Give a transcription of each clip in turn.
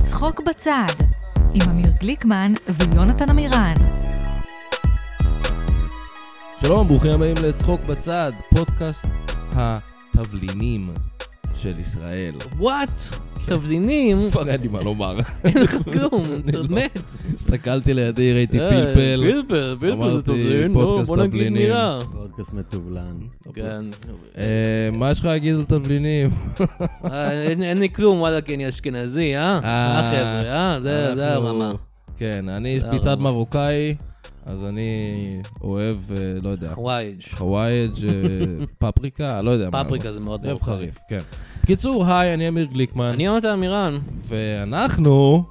צחוק בצד, עם אמיר גליקמן ויונתן עמירן. שלום, ברוכים הבאים לצחוק בצד, פודקאסט התבלינים של ישראל. וואט? תבלינים? כבר אין לי מה לומר. אין לך כלום, באמת. הסתכלתי לידי, ראיתי לא- פלפל. אה, פלפל, פלפל אמרתי, זה תבלין, בוא פודקאסט בוא נגיד תבלינים. אוקיי. מילה. פודקאסט מטובלן. אוקיי. כן. אה, מה יש לך להגיד על תבלינים? אה, אין אין לי כלום, וואלה, כי אני אשכנזי, אה? אה, אה, חבר'ה, אה? זה זה אנחנו- הרמה. כן, אני איש זה פיצת הרמה. מרוקאי, אז אני אוהב, אה, לא יודע, חוואי, ש- חווייג', אה, פפריקה, לא יודע מה. פפריקה זה מאוד אני אוהב מרוקאי. חריף, כן. בקיצור, היי, אני אמיר גליקמן, אני יונתן עמירן. ואנחנו...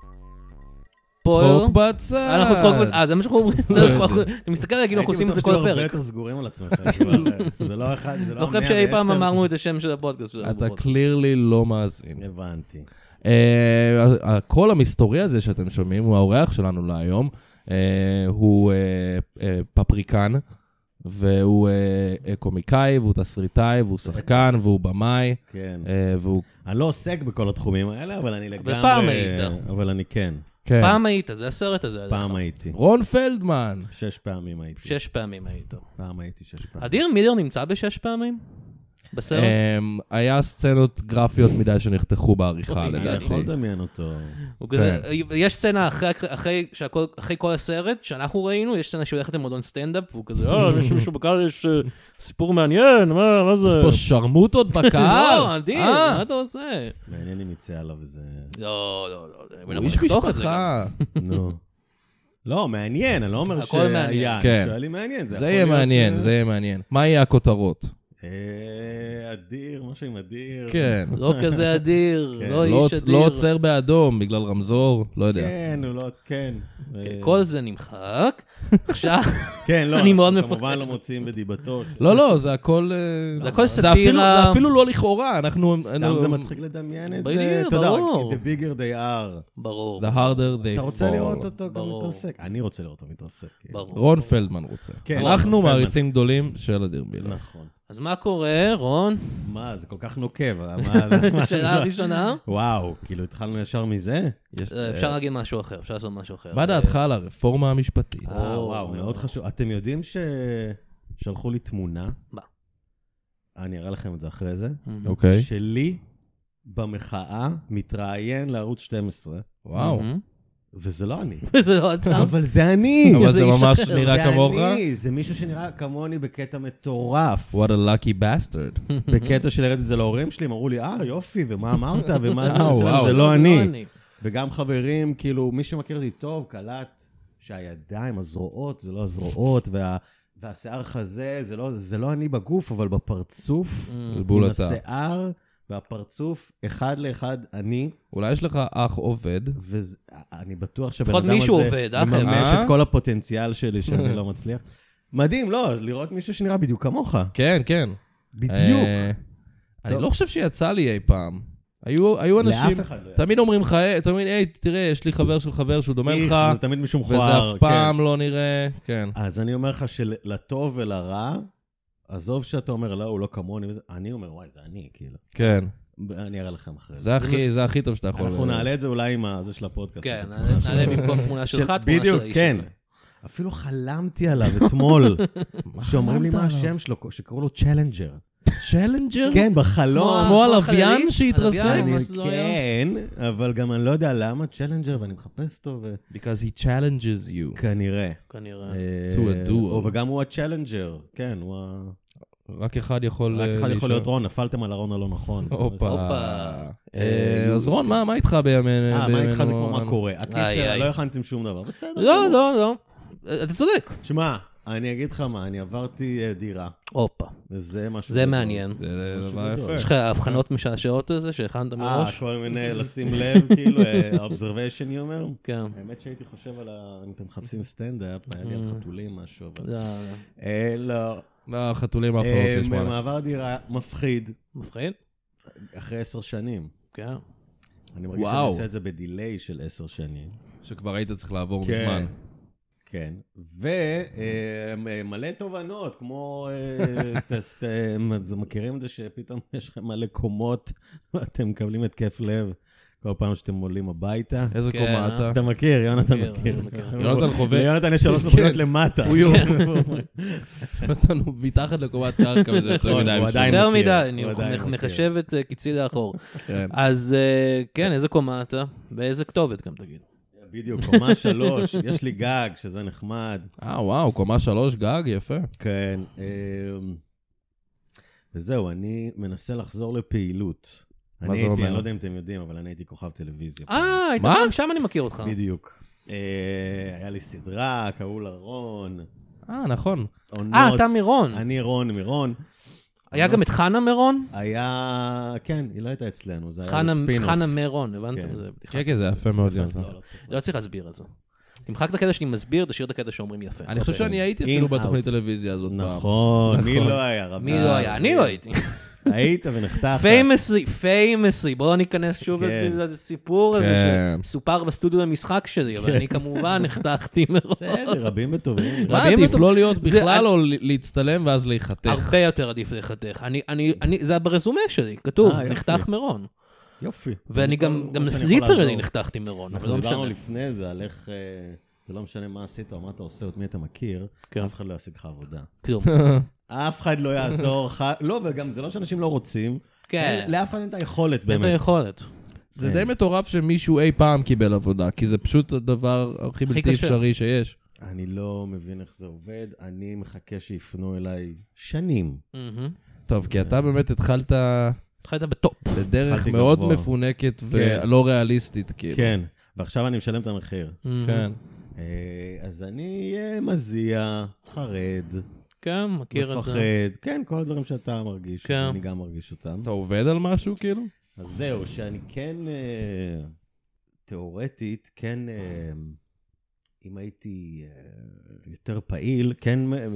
פה- צחוק בצד. אה, אנחנו צחוק בצד. אה, זה מה שאנחנו אומרים. זה לא אנחנו- יודע. אתה מסתכל עליי כאילו אנחנו עושים את זה כל הייתי בטוח שאתם הרבה הפרק. יותר סגורים על עצמכם. כבר, זה לא אחד, זה לא לא חושב מאה שאי פעם ועשר. אמרנו את השם של הפודקאסט שלנו. אתה בפודקאסט. קלירלי לא מאזין. הבנתי. אה, הקול המסתורי הזה שאתם שומעים הוא האורח שלנו להיום. אה, הוא אה, אה, פפריקן, והוא אה, אה, קומיקאי, והוא תסריטאי, והוא שחקן, והוא במאי, כן. אה, והוא... אני לא עוסק בכל התחומים האלה, אבל אני לגמרי... פעם היית. אבל אני כן. כן. פעם היית, זה הסרט הזה. עליך. פעם הייתי. רון פלדמן. שש פעמים הייתי. שש פעמים היית. פעם הייתי שש פעמים. אדיר מילר נמצא בשש פעמים? בסרט? אה, היה סצנות גרפיות מדי שנחתכו בעריכה, אוי, אני יכול לדעתי. לדמיין אותו. הוא כזה, כן. יש סצנה אחרי, אחרי, שהכל, אחרי כל הסרט שאנחנו ראינו, יש סצנה שהיא הולכת למועדון סטנדאפ, והוא כזה, אה, יש מישהו בקהל, יש אה, סיפור מעניין, מה, מה זה? יש פה שרמוטות בקהל. לא, אדיר, אה, מה אתה עושה? מעניין אם יצא עליו איזה... לא, לא, לא, הוא איש משפחה. נו. לא, מעניין, אני לא אומר הכל שהיה. מעניין. כן. אני שואל אם מעניין. זה יכול יהיה להיות, מעניין, אה, זה יהיה מעניין. מה יהיה הכותרות? אה, אדיר, משהו עם אדיר. כן. לא כזה אדיר, כן. לא לא איש עוצ- לא אדיר. עוצר באדום בגלל רמזור, לא יודע. כן, הוא לא... כן. אה, כל זה נמחק. עכשיו, כן, לא, אני מאוד אנחנו מפחד. כמובן לא מוציאים בדיבתו. של- לא, לא, זה הכל... אה, זה הכל זה אפילו- סאטירה. זה אפילו לא לכאורה, אנחנו... סתם אנחנו- זה מצחיק לדמיין את זה. בדיוק, אתה יודע, ברור. the bigger they are. ברור, The harder they fall. אתה רוצה לראות אותו גם ברור. מתרסק? אני רוצה לראות אותו מתרסק. ברור. רון פלדמן רוצה. כן, אנחנו רון פלדמן. מעריצים גדולים של אדיר כאילו. אה, מילר. נכון. אז מה קורה, רון? מה, זה כל כך נוקב. אה, מה- שאלה הראשונה? וואו, כאילו התחלנו ישר מזה? יש- אה, אפשר להגיד משהו אחר, אפשר לעשות משהו אחר. מה דעתך על הרפורמה המשפטית? אה, אה, וואו, וואו. מאוד חשוב. אתם יודעים ששלחו לי תמונה? מה? אני אראה לכם את זה אחרי זה. אה, אוקיי. שלי במחאה מתראיין לערוץ 12, וואו. מהמם. וזה לא אני. זה לא אתה. אבל זה אני! אבל זה איש ממש אחר. נראה כמוך? זה אני, זה מישהו שנראה כמוני בקטע מטורף. What a lucky bastard. בקטע של הראיתי את זה להורים שלי, הם אמרו לי, אה, יופי, ומה אמרת, ומה זה, אה, וזה, וואו. זה לא אני. וגם חברים, כאילו, מי שמכיר אותי טוב, קלט שהידיים, הזרועות, זה לא הזרועות, וה- והשיער חזה, זה לא- זה לא אני בגוף, אבל בפרצוף, בלבול עם אתה. השיער והפרצוף, אחד לאחד אני, אולי יש לך אח עובד? ואני בטוח שהבן לפחות אדם מישהו הזה עובד, אה, חבר'ה? מממש אה? את כל הפוטנציאל שלי שאני לא מצליח. מדהים, לא, לראות מישהו שנראה בדיוק כמוך. כן, כן. בדיוק. אה, אני טוב. לא חושב שיצא לי אי פעם. היו היו אנשים... לאף אחד לא יצא. תמיד אומרים לך, "אה, תמיד, היי, תראה, יש לי חבר של חבר שהוא דומה לך. איקס, זה כן. תמיד מישהו וזה מכוער. אף פעם לא נראה, כן. כן. אז אני אומר לך שלטוב ולרע, עזוב שאתה אומר, לא, הוא לא כמוני, וזה", אני אומר, וואי, זה אני, כאילו. כן. אני אראה לכם אחרי זה. זה הכי, זה הכי טוב שאתה יכול... אנחנו נעלה את זה אולי עם הזה של הפודקאסט. כן, את אה. נעלה- התמונה שלו. נעלה במקום תמונה שלך, תמונה של האיש. בדיוק, כן. הזה. אפילו חלמתי עליו אתמול, שאומרים לי חלמת מה עליו? השם שלו, שקראו לו צ'לנג'ר. צ'לנג'ר? כן, בחלום. כמו החללית? הלוויין שהתרסק? אה, הלוויין? אני, ממש לא כן, אבל גם אני לא יודע למה צ'לנג'ר, ואני מחפש אותו, Because he challenges you. וכנראה. כנראה. אה, To a duo. הוא- וגם הוא הצ'לנג'ר, כן, הוא ה... רק אחד יכול... רק אה, אחד יכול לשאול. להיות רון, נפלתם על הרון הלא נכון. הופה. הופה. אה, אז רון, מה מה איתך בימינו? כן. אה, מה איתך זה כמו בימינו? מה קורה. איי, הקיצר, איי. לא הכנתם שום דבר. בסדר. לא, גמור. לא, לא. אה, אתה צודק. תשמע, אני אגיד לך מה, אני עברתי אה, דירה. הופה. זה משהו... זה גדול. מעניין. זה משהו דבר גדול. יפה. יש לך הבחנות משעשעות לזה שהכנת אה, מראש? כל מיני, לשים לב, כאילו, אובזרוויישן, אני אומר. כן. האמת שהייתי חושב על ה... אם אתם מחפשים סטנדאפ, היה לי על חתולים משהו, אבל... זה ה- אה, לא. לא, החתולים אף אחד לא אה, רוצה לשמוע. עליהם. מעבר דירה מפחיד, מפחיד? אחרי עשר שנים. כן. אני מרגיש שאני וואו. עושה את זה בדיליי של עשר שנים. שכבר היית צריך לעבור כן. מזמן. כן, ומלא תובנות, כמו, אה, תס- ת- אה, אז מכירים את זה שפתאום יש לכם מלא קומות ואתם מקבלים התקף לב. כל פעם שאתם עולים הביתה. איזה כן, קומה אה? אתה? אתה מכיר, יונתן מכיר, מכיר. אני מכיר. יונתן חווה. ליונתן יש שלוש מכוניות כן. למטה. הוא יום. נתנו מתחת לקומת קרקע וזה יותר נכון, מדי. הוא בשביל- עדיין יותר מכיר, מדי, הוא אני עדיין נח- מכיר. נחשב את אה, קיצי לאחור. כן. אז אה, כן, איזה קומה אתה? באיזה כתובת גם תגיד. בדיוק, קומה שלוש, יש לי גג, שזה נחמד. אה, וואו, קומה שלוש גג, יפה. כן. אמ, וזהו, אני מנסה לחזור לפעילות. מה אני זה הייתי, אומר? אני לא יודע אם אתם יודעים, אבל אני הייתי כוכב טלוויזיה. אה, היית- מה? שם אני מכיר אותך. בדיוק. אה, היה לי סדרה, קראו לה רון. אה, נכון. עונות. אה, אתה מרון. אני רון מרון. היה גם את חנה מירון? היה... כן, היא לא הייתה אצלנו, זה היה חנה- ספינוף. חנה מירון, הבנתם? כן. זה בדיחה. שקל זה יפה מאוד. יונתן. לא, לא צריך. לא צריך להסביר את זה. תמחק את הקטע שאני מסביר, תשאיר את הקטע שאומרים יפה. אני לא, חושב שאני הייתי In אפילו out. בתוכנית טלוויזיה הזאת. פעם. נכון, מי נכון. לא היה רבה? מי לא היה? אני אה, לא הייתי. היית ונחתכת. פיימסלי, פיימסלי, בואו לא ניכנס שוב אה, כן. לסיפור הזה כן. שסופר בסטודיו למשחק שלי, אבל אני כמובן נחתכתי מראש. כן. בסדר, רבים וטובים. רבים עדיף וטוב. לא להיות זה- בכלל או ל- להצטלם ואז להיחתך. הרבה יותר עדיף לחתך. אני, אני, אני, זה ברזומה שלי, כתוב, אה, יופי. נחתך מירון. יופי. ואני גם, כל- גם מה שאני יכול ליטרלי לעזור. נחתכתי מירון, אבל אנחנו לא דיברנו משנה. לפני זה על איך... אה, זה לא משנה מה עשית או מה אתה עושה או את מי אתה מכיר, כן. אף אחד לא ישיג לך עבודה. כלום. כן. אף אחד לא יעזור לך, לא, וגם זה לא שאנשים לא רוצים. כן. אין- לאף אחד אין את היכולת אין באמת. את היכולת. זה כן. די מטורף שמישהו אי פעם קיבל עבודה, כי זה פשוט הדבר הכי בלתי קשה. אפשרי שיש. אני לא מבין איך זה עובד, אני מחכה שיפנו אליי שנים. מהמם. טוב, כי כן. אתה באמת התחלת התחלת בטופ. בדרך התחלתי מאוד גבוה. מפונקת ולא ריאליסטית, כאילו. כן, ועכשיו אני משלם את המחיר. כן. אה, אז אני אהיה מזיע, חרד, כן, מכיר את מפחד, זה. כן, כל הדברים שאתה מרגיש, כן. אני גם מרגיש אותם. אתה עובד על משהו, כאילו? אז זהו, שאני כן, אה, תיאורטית, כן, אה, אם הייתי אה, יותר פעיל, כן, אה, אה,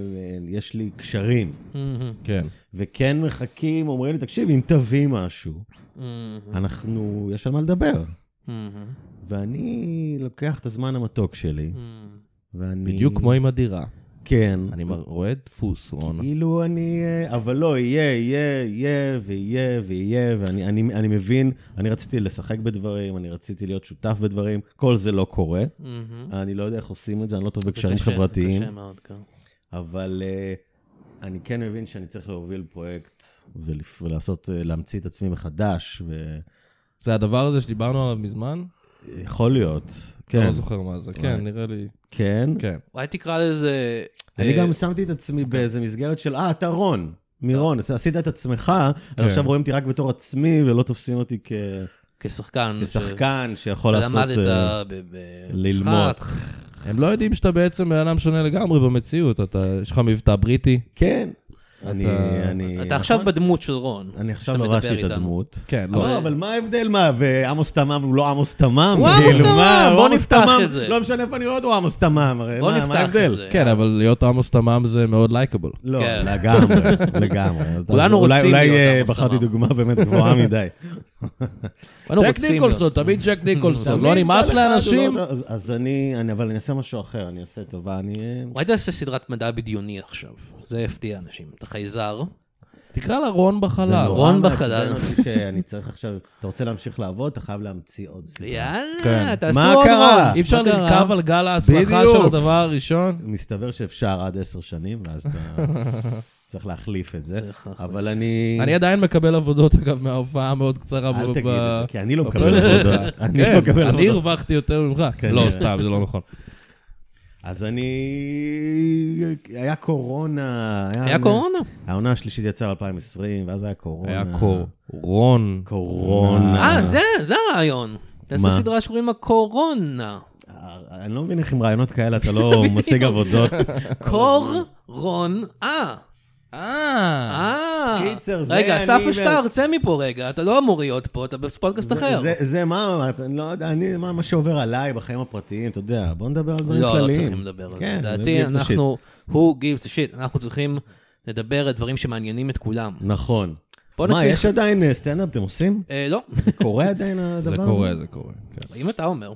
יש לי קשרים, מהמם. כן. וכן מחכים, אומרים לי, תקשיב, אם תביא משהו, מהמם. אנחנו, יש על מה לדבר. מהמם. ואני לוקח את הזמן המתוק שלי, מהמם. ואני... בדיוק כמו עם הדירה. כן. אני מר- רואה דפוס, רון. כאילו אני... אה, אבל לא, יהיה, יהיה, יהיה, ויהיה, ויהיה, ואני אני, אני מבין, אני רציתי לשחק בדברים, אני רציתי להיות שותף בדברים, כל זה לא קורה. מהמם. אני לא יודע איך עושים את זה, אני לא טוב זה בקשרים קשה, זה חברתיים, קשה מאוד, כן. אבל אה, אני כן מבין שאני צריך להוביל פרויקט ולפ- ולעשות, אה, להמציא את עצמי מחדש, זה הדבר הזה שדיברנו עליו מזמן? ויכול להיות. אני כן, לא זוכר מה זה. כן, נראה לי... כן. כן. אולי תקרא לזה... אני אה, גם שמתי את עצמי באיזה מסגרת של, אה, אתה רון, מירון, אז עשית את עצמך, כן. אז עכשיו רואים אותי רק בתור עצמי ולא תופסים אותי כ- כשחקן. כשחקן שיכול לעשות... למדת אה, ללמוד. במשחק. הם לא יודעים שאתה בעצם בן אדם שונה לגמרי במציאות. אתה, יש לך מבטא בריטי. כן. אני, אני... אתה עכשיו נכון? בדמות של רון. אני עכשיו שאתה לרשתי מדבר את איתנו. הדמות. כן, לא. לא, אבל מה ההבדל? מה, ועמוס תמם הוא לא עמוס תמם? הוא עמוס כאילו, תמם, מה, בוא הוא עמוס נפתח תמם. את זה. לא משנה איפה אני רואה, הוא עמוס תמם. הרי בוא מה- מה נפתח ההבדל? את זה. כן, אבל להיות עמוס תמם זה מאוד לייקבל. לא, כן. לגמרי, לגמרי. כולנו אולי- רוצים להיות אולי אה, עמוס בחרתי תמם. דוגמה באמת גבוהה מדי. אנו ג'ק רוצים ניקולסון, תמיד ג'ק ניקולסון. לא נמאס לאנשים? אז- אז אני, אני- אבל אני אעשה משהו אחר, אני אעשה טובה, אני... אה, אולי תעשה סדרת מדע בדיוני עכשיו, זה יפתיע אנשים. אתה חייזר, תקרא לה רון זה בחלל. נורא לא, רון מעצבן בחלל. אותי שאני צריך עכשיו, אתה רוצה להמשיך לעבוד, אתה חייב להמציא עוד סיפור. כן. יאללה, תעשו מה עוד קרה? אי אפשר מה קרה? לרכב על גל ההצלחה בדיוק. של הדבר הראשון? מסתבר שאפשר עד עשר שנים, ואז אתה צריך להחליף את זה. צריך להחליף. אבל אני... אני עדיין מקבל עבודות, אגב, מההופעה המאוד קצרה. אה. אל ב- תגיד ב- את זה, כי אני לא מקבל בפרק שלך. עבודות. אני כן, לא מקבל אני עבודות. כן. הרווחתי יותר ממך. כנראה. לא, סתם, זה לא נכון. אז אני... היה קורונה. היה קורונה. העונה השלישית יצאה ב-2020, ואז היה קורונה. היה קורון. קורונה. אה, זה, זה הרעיון. תעשה מה? סדרה שקוראים לה קורונה. אני לא מבין איך עם רעיונות כאלה אתה לא משיג עבודות. קורונה. אה, אה. קיצר, זה רגע, אני אסף ו- אשטר, צא מפה רגע, אתה לא אמור להיות פה, אתה בפודקאסט אחר. זה- זה מה, אני לא יודע, אני, מה מה שעובר עליי בחיים הפרטיים, אתה יודע, בוא נדבר על דברים לא, לא כלליים. צריכים לדבר על זה. כן, לדעתי, gives a shit. אנחנו, who gives a shit, אנחנו צריכים לדבר על דברים שמעניינים את כולם. נכון. בוא מה, נתחיל. יש עדיין אה, סטנדאפ, אתם עושים? אה, לא, זה קורה עדיין הדבר זה הזה? קורה, זה קורה. כן. אם אתה אומר.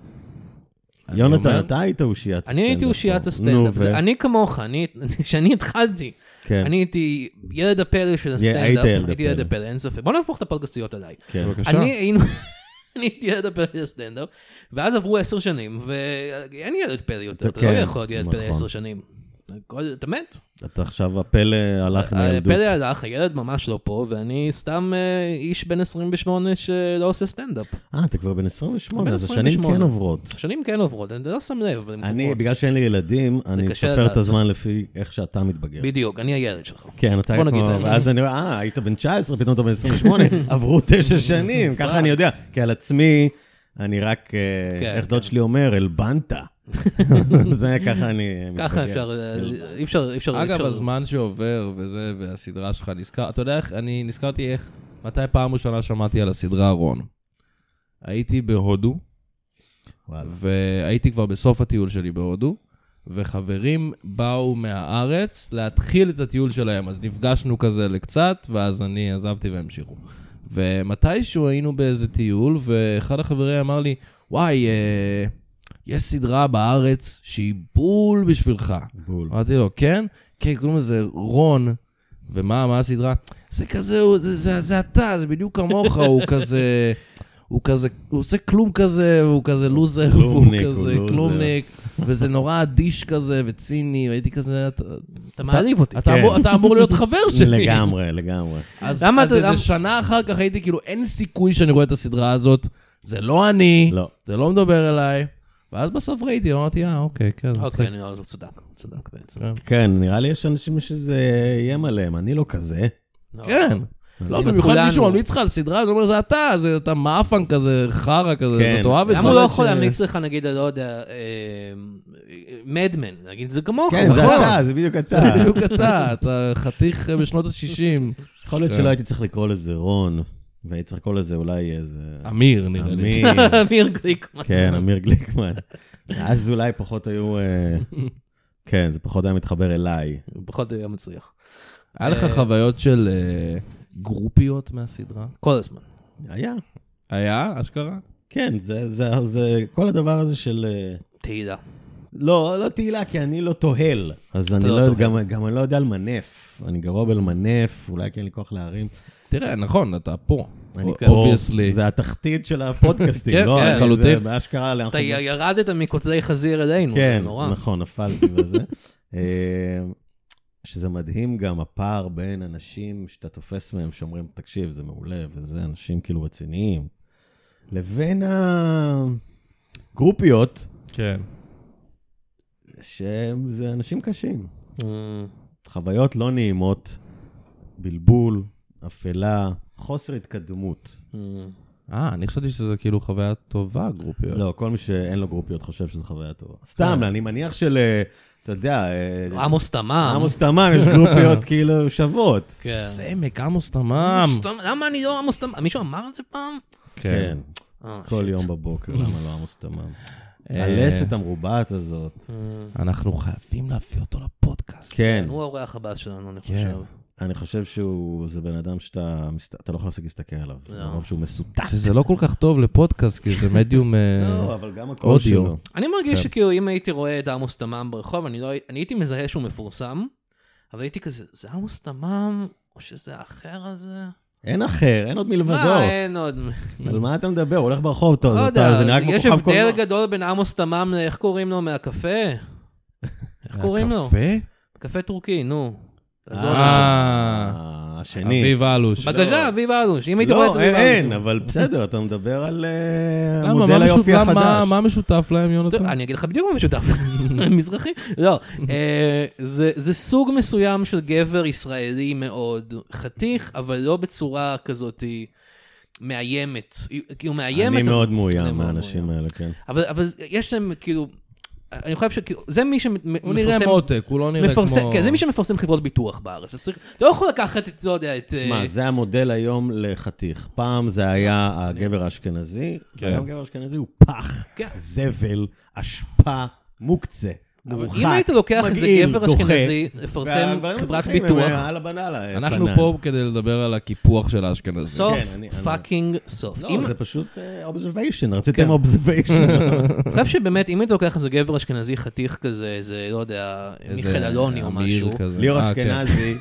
יונתן, אומר- אתה היית אושיית הסטנדאפ. אני הייתי פה. אושיית נו, הסטנדאפ. זה- ו- אני כמוך, אני- כשאני התחלתי, כן. אני הייתי ילד הפלא של היית הסטנדאפ. ילד הייתי ילד הפלא. הפלא, אין ספק. בוא נהפוך את הפודקאסטיות עליי. כן. בבקשה. אני היינו... אני הייתי ילד הפלא של הסטנדאפ, ואז עברו עשר שנים, ואין ילד פלא יותר, אתה לא כן, יכול להיות ילד פלא נכון. עשר שנים. הכל- אתה מת. אתה עכשיו, הפלא הלך מהילדות. אה, הפלא הלך, הילד ממש לא פה, ואני סתם אה, איש בן 28 שלא עושה סטנדאפ. אה, אתה כבר בן 28, בן אז השנים 28. כן עוברות. שנים כן עוברות, אני לא שם לב, אבל הן אני, עוברות. בגלל שאין לי ילדים, אני קשה סופר לדעת. את הזמן לפי איך שאתה מתבגר. בדיוק, אני הילד שלך. כן, אתה בוא נגיד, כמו... אני- ואז אני אומר, אה, היית בן 19, פתאום אתה בן 28, עברו תשע שנים, ככה אני יודע. כי על עצמי, אני רק, אה, כן, איך כן. דוד שלי אומר, אלבנת. זה ככה אני מתבגר. ככה אפשר, אה, אי אפשר, אי אפשר, אי אגב, אפשר- הזמן שעובר וזה, והסדרה שלך נזכר, אתה יודע איך, אני נזכרתי איך, מתי פעם ראשונה שמעתי על הסדרה רון. הייתי בהודו, וואלה. והייתי כבר בסוף הטיול שלי בהודו, וחברים באו מהארץ להתחיל את הטיול שלהם, אז נפגשנו כזה לקצת, ואז אני עזבתי והמשיכו. ומתישהו היינו באיזה טיול, ואחד החברים אמר לי, וואי, אה, יש סדרה בארץ שהיא בול בשבילך. בול. אמרתי לו, כן? כן, קוראים לזה רון. ומה, מה הסדרה? זה כזה, הוא- זה, זה, זה אתה, זה בדיוק כמוך, הוא כזה... הוא כזה, הוא עושה כלום כזה, הוא כזה לוזר, הוא כלומניק, הוא כזה לוזר. כלומניק, וזה נורא אדיש כזה וציני, והייתי כזה, אתה- אתה מעליב אותי. אתה כן. אמור- אתה אמור להיות חבר שלי. לגמרי, לגמרי. אז למה אז אתה- למה- איזה שנה אחר כך הייתי כאילו, אין סיכוי שאני רואה את הסדרה הזאת, זה לא אני, לא. זה לא מדבר אליי. ואז בסוף ראיתי, אמרתי, אה, אוקיי, כן, זה אוקיי, מצחיק. אני לא, זה צדק, צדק בעצם. כן, נראה לי יש אנשים שזה איים עליהם, אני לא כזה. לא. כן. לא, במיוחד אוקיי. כולנו. מישהו ממליץ לך על סדרה, זה אומר, זה אתה, זה אתה מאפן כזה, חרא כזה, כן. אתה תאהב את זה. למה הוא לא להיות יכול ש- להמליץ לך, נגיד, לא יודע, אה, מדמן, נגיד, זה כמוך. כן, זה נכון. אתה, זה בדיוק אתה. זה בדיוק אתה, אתה חתיך בשנות ה-60. יכול להיות כן. שלא הייתי צריך לקרוא לזה רון, והייתי צריך לקרוא לזה אולי איזה... אמיר, נראה לי. אמיר. אמיר גליקמן. כן, אמיר גליקמן. אז אולי פחות היו... אה, כן, זה פחות היה מתחבר אליי. הוא פחות היה מצליח. היה לך חוויות של אה, גרופיות מהסדרה? כל הזמן. היה. היה, אשכרה? כן, זה, זה, זה כל הדבר הזה של... אה, תהילה. לא, לא תהילה, כי אני לא תוהל. אז אני לא לא, יודע- תוהל. גם, גם אני לא יודע למנף. אני גרוע בלמנף, אולי כי אין לי כוח להרים. תראה, נכון, אתה פה. אני O- פה. obviously. זה התחתית של הפודקאסטים, כן, לא? כן, אני- זה לחלוטין. באשכרה, אנחנו אתה י- ירדת מקוצי חזיר אלינו, זה כן, נורא. נכון, נפלתי בזה. אה, שזה מדהים גם הפער בין אנשים שאתה תופס מהם שאומרים, תקשיב, זה מעולה, וזה אנשים כאילו רציניים, לבין הגרופיות, כן. שזה אנשים קשים. אה, חוויות לא נעימות, בלבול, אפלה, חוסר התקדמות. אה. אה, אני חשבתי שזה כאילו חוויה טובה, גרופיות. לא, כל מי שאין לו גרופיות חושב שזו חוויה טובה. סתם, לא, אני מניח של, אה, אתה יודע, אה, עמוס תמם. כן. עמוס תמם, יש גרופיות כאילו שוות. כן. סמק, עמוס תמם. עמוס תמם, למה אני לא עמוס תמם? מישהו אמר את זה פעם? כן, אה. אה, כל יום בבוקר, למה לא עמוס תמם? הלסת המרובעת הזאת. אנחנו חייבים להביא אותו לפודקאסט. כן, אה, הוא האורח הבא שלנו, אני כן. חושב. אני חושב שהוא, זה בן אדם שאתה, מסת- אתה לא יכול להפסיק להסתכל עליו. מרוב שהוא מסוטט. שזה לא כל כך טוב לפודקאסט, כי זה מדיום... אה, לא, אבל גם הקול אודיו. שלו. אני כן. מרגיש שכאילו, אם הייתי רואה את עמוס תמם ברחוב, אני לא הי- אני הייתי מזהה שהוא מפורסם, אבל הייתי כזה, זה עמוס תמם, או שזה האחר הזה? אין אחר, אין עוד מלבדו. מה, אין עוד. על מה אתה מדבר? הוא הולך ברחוב, אתה- לא יודע, אתה- זה נראה כמו יש כוכב קולנוע. הבדל גדול בין עמוס תמם, לאיך קוראים לו, מהקפה? איך אה, קוראים לו? הקפה? קפה טורקי, נו. תעזור לי. אה, אה, השני. אביב אלוש. בבקשה, אביב אלוש. אם היית רואה את לא, אביב אין, אלוש. אין, אבל בסדר, אתה מדבר על אה, למה, מודל מה משותף- היופי למה- החדש. מה משותף להם, יונתן? טוב, אני אגיד לך בדיוק מה משותף, מזרחי. לא, אה, זה זה סוג מסוים של גבר ישראלי מאוד חתיך, אבל לא בצורה כזאת מאיימת. כאילו מאיימת. אני אבל- מאוד אני מאוים מאוד מהאנשים האלה, כן. אבל אבל יש להם כאילו, אני חושב שכאילו, זה מי הוא נראה שמפרסם... מותק, הוא לא נראה מפרסם, כמו... כן, זה מי שמפרסם חברות ביטוח בארץ. אתה צריך, אתה לא יכול לקחת את, לא יודע, את... אה, תשמע, זה המודל היום לחתיך. פעם זה היה הגבר האשכנזי, והיום גבר אשכנזי הוא פח, כן. זבל, אשפה, מוקצה, אבל מורחק, אם היית לוקח איזה מגעיל, גבר דוחה. אשכנזי, לפרסם והדברים חברת המזרחיים הם, ביטוח, אה, אהלה בנאללה. אה, אנחנו פנן. פה כדי לדבר על הקיפוח של האשכנזים. סוף כן, אני- אני- פאקינג סוף. אם- כן. לא, זה פשוט אובזרוויישן, רציתם אובזרוויישן. אני חושב שבאמת, אם היית לוקח איזה גבר אשכנזי חתיך כזה, איזה, לא יודע, איזה מיכאל אלוני או אמיר משהו, כזה. ליאור אה, כן. אשכנזי,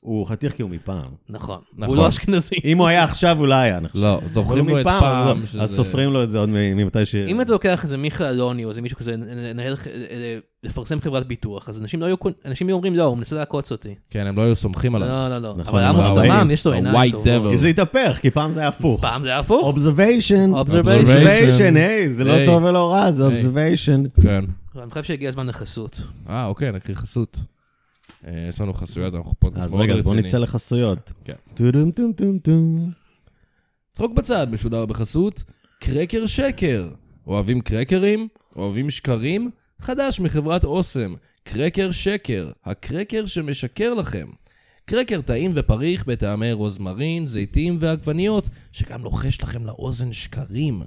הוא חתיך כי הוא מפעם. נכון. נכון. הוא לא אשכנזי. אם הוא היה עכשיו, אולי היה נחשב. לא, אבל הוא זוכרים לו את מפעם, פעם. אז לא. שזה- אז סופרים לו את זה עוד מ- ממתי ש... אם אתה לוקח איזה מיכה אלוני או איזה מישהו כזה, לנהל, אה, לפרסם חברת ביטוח, אז אנשים לא היו, קונ- אנשים היו אומרים, לא, הוא מנסה לעקוץ אותי. כן, הם לא היו סומכים עליו. לא, לא, לא. נכון, אבל עמוס אבל- דמם, יש לו עיניים ה-white טובות. devil. כי זה התהפך, כי פעם זה היה הפוך. פעם זה היה הפוך. אובזרוויישן. Observation. אובזרוויישן, היי, זה לא היי. טוב ולא רע, זה אובזרוויישן. כן. אני חושב שהגיע הזמן לחסות. אה, אוקיי, נקריא חסות. אה, יש לנו חסויות, אנחנו פודקאסט אז מאוד רגע, אז בואו רציני. נצא לחסויות. כן. טו-דום טום טום צחוק בצד משודר בחסות קרקר שקר. אוהבים קרקרים? אוהבים שקרים? חדש מחברת אוסם, קרקר שקר, הקרקר שמשקר לכם. קרקר טעים ופריך בטעמי רוזמרין, זיתים ועגבניות, שגם לוחש לכם לאוזן שקרים.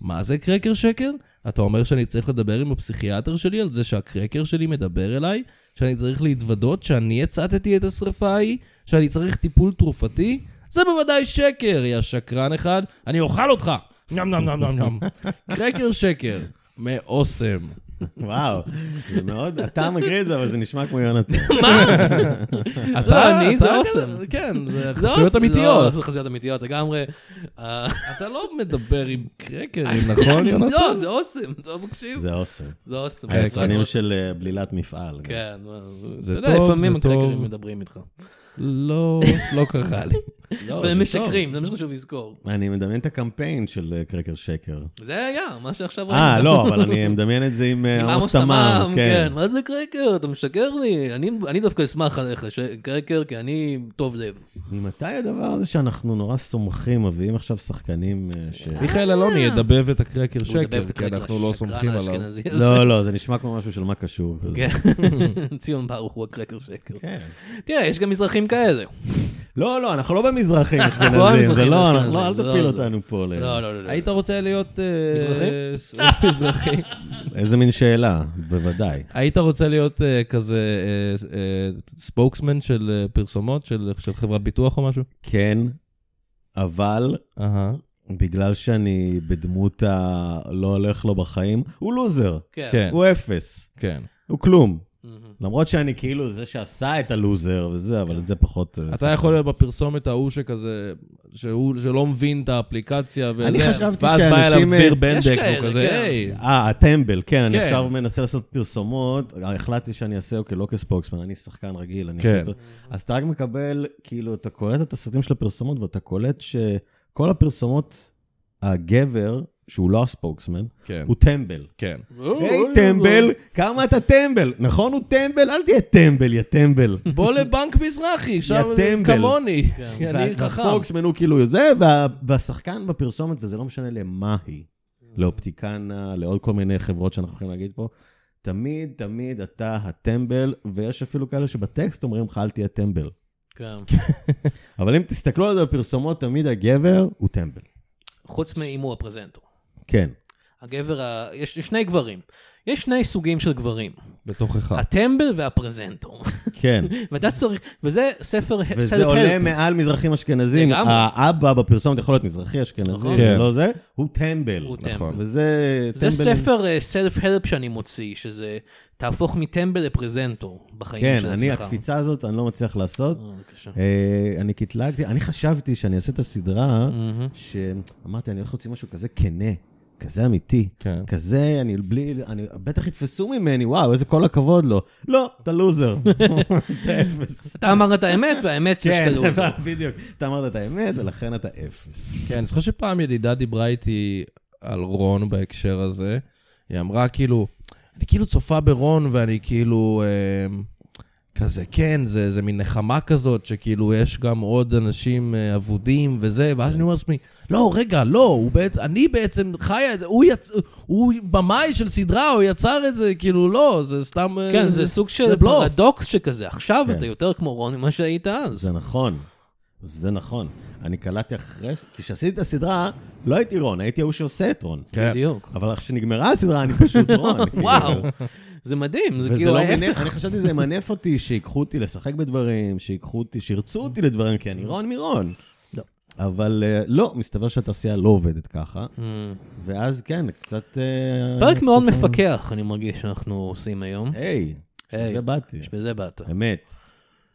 מה זה קרקר שקר? אתה אומר שאני צריך לדבר עם הפסיכיאטר שלי על זה שהקרקר שלי מדבר אליי? שאני צריך להתוודות שאני הצתתי את השרפה ההיא? שאני צריך טיפול תרופתי? זה בוודאי שקר, יא שקרן אחד. אני אוכל אותך! נם נם נם נם נם. קרקר שקר. מאוסם. וואו, זה מאוד, אתה מקריא את זה, אבל זה נשמע כמו יונתן. אתה- אני, אתה זה כזה- אוסם. כן, זה לא, חסויות זה- אמיתיות. לא, זה חסויות אמיתיות לגמרי. אה, אתה לא מדבר עם קרקרים, נכון, יונתן? לא, זה אוסם, אתה לא מקשיב? זה אוסם. זה אוסם. היצרנים כן, של אה, בלילת מפעל. כן, זה אתה יודע, טוב, לפעמים זה טוב. הקרקרים מדברים איתך. לא, לא קרה לי. לא, זה והם טוב. משקרים, זה מה שחשוב לזכור. אני מדמיין את הקמפיין של אה, קרקר שקר. זה היה, מה שעכשיו ראינו. אה, לא, אבל אני מדמיין את זה עם אה, עם עמוס תמם. כן. מה זה קרקר? אתה משקר לי? אני- אני דווקא אשמח עליך, ש- קרקר, כי אני טוב לב. ממתי הדבר הזה שאנחנו נורא סומכים, מביאים עכשיו שחקנים אה, ש... מיכאל אלוני ידבב את הקרקר הוא מדבב את שקר, כי הקרקר אנחנו לא השקרן סומכים עליו. האשכנזי הזה. לא, לא, זה נשמע כמו משהו של מה קשור. כזה. כן, ציון ברוך הוא הקרקר שקר. כן. תראה, יש גם מזרחים כאלה. כן. לא, לא, אנחנו לא במזרחים אשכנזים, לא זה במזרחים לא, אנחנו- אשכנזים, לא, אל זה לא תפיל זה. אותנו פה. ל- לא, לא, לא. לא. היית רוצה להיות... אה, מזרחי? ס- מזרחי. איזה מין שאלה, בוודאי. היית רוצה להיות אה, כזה ספוקסמן של אה, פרסומות, של של חברת ביטוח או משהו? כן, אבל אהה. בגלל שאני בדמות הלא הולך לו בחיים, הוא לוזר, כן, הוא אפס, כן. הוא כלום. מהמם. למרות שאני כאילו זה שעשה את הלוזר וזה, אבל כן. את זה פחות... אה, אתה יכול להיות בפרסומת ההוא שכזה, שהוא שלא מבין את האפליקציה וזה. אני חשבתי ואז בא אליו שאנשים, אה, דביר יש בנדק, כאלה, הוא כזה, כן. היי. אה, הטמבל, כן, אני כן. עכשיו מנסה לעשות פרסומות, החלטתי שאני אעשה, אוקיי, לא כספוקסמן, אני שחקן רגיל, אני כן. אעשה... אז אתה רק מקבל, כאילו, אתה קולט את הסרטים של הפרסומות, ואתה קולט שכל הפרסומות, הגבר, שהוא לא הספוקסמן, כן, הוא טמבל. כן. היי, טמבל, כמה אתה טמבל? נכון, הוא טמבל? אל תהיה טמבל, יא טמבל. בוא לבנק מזרחי, שם טמבל. כן, כמוני, כי כן, אני וה- חכם. והספוקסמן הוא כאילו זה, וה- והשחקן בפרסומת, וזה לא משנה למה היא, Mm. לאופטיקנה, לעוד כל מיני חברות שאנחנו יכולים להגיד פה, תמיד, תמיד אתה הטמבל, ויש אפילו כאלה שבטקסט אומרים לך, אל תהיה טמבל. כן. אבל אם תסתכלו על זה בפרסומות, תמיד הגבר הוא טמבל. חוץ מאם הוא הפרזנטור. כן. הגבר, ה... יש יש שני גברים. יש שני סוגים של גברים, אה. בתוכך. הטמבל והפרזנטור. כן. ואתה צריך, וזה ספר וזה עולה self-help. מעל מזרחים אשכנזים. לגמרי. האבא בפרסומת יכול להיות מזרחי אשכנזי, נכון. זה כן. לא זה, הוא טמבל. הוא נכון. טמבל. וזה... זה טמבלים- ספר אה, self-help שאני מוציא, שזה תהפוך מטמבל לפרזנטור בחיים כן, של עצמך. אני, הקפיצה הזאת, אני לא מצליח לעשות. אה, בבקשה. אה, אני קטלגתי, אני חשבתי שאני אעשה את הסדרה, שאמרתי, אני הולך להוציא משהו כזה כנה, כזה אמיתי, כן. כזה, אני בלי, אני, בטח יתפסו ממני, וואו, איזה כל הכבוד לו. לא, אתה לוזר. אתה אפס. אתה אמרת את האמת, והאמת שיש כן, את הלו"ז. אתה- בדיוק. אתה אמרת את האמת, ולכן אתה אפס. כן, אני זוכר שפעם ידידה דיברה איתי על רון בהקשר הזה. היא אמרה, כאילו, אני כאילו צופה ברון, ואני כאילו... אה, כזה, כן, זה, זה מין נחמה כזאת, שכאילו יש גם עוד אנשים אה, אבודים וזה, ואז אני אומר לעצמי, לא, רגע, לא, הוא בעצ... אני בעצם חיה את זה, הוא, יצ... הוא במאי של סדרה, הוא יצר את זה, כאילו, לא, זה סתם... אה, כן, זה סוג של בלוף. פרדוקס שכזה. עכשיו כן. אתה יותר כמו רון ממה שהיית אז. זה נכון. זה נכון. אני קלטתי אחרי, ש- כשעשיתי את הסדרה, לא הייתי רון, הייתי ההוא שעושה את רון. כן. בדיוק. אבל כשנגמרה הסדרה, אני פשוט רון. וואו, זה מדהים, זה כאילו, וזה כאילו לא ההפך. מנף, אני חשבתי שזה ימנף אותי, שיקחו אותי לשחק בדברים, שיקחו אותי, שירצו אותי לדברים, כי אני רון מרון. לא. אבל אה, לא, מסתבר שהתעשייה לא עובדת ככה, Mm. ואז כן, קצת... אה, פרק מאוד מפקח, אני מרגיש שאנחנו עושים היום. היי, בשביל היי. זה באתי, בזה באת. אמת.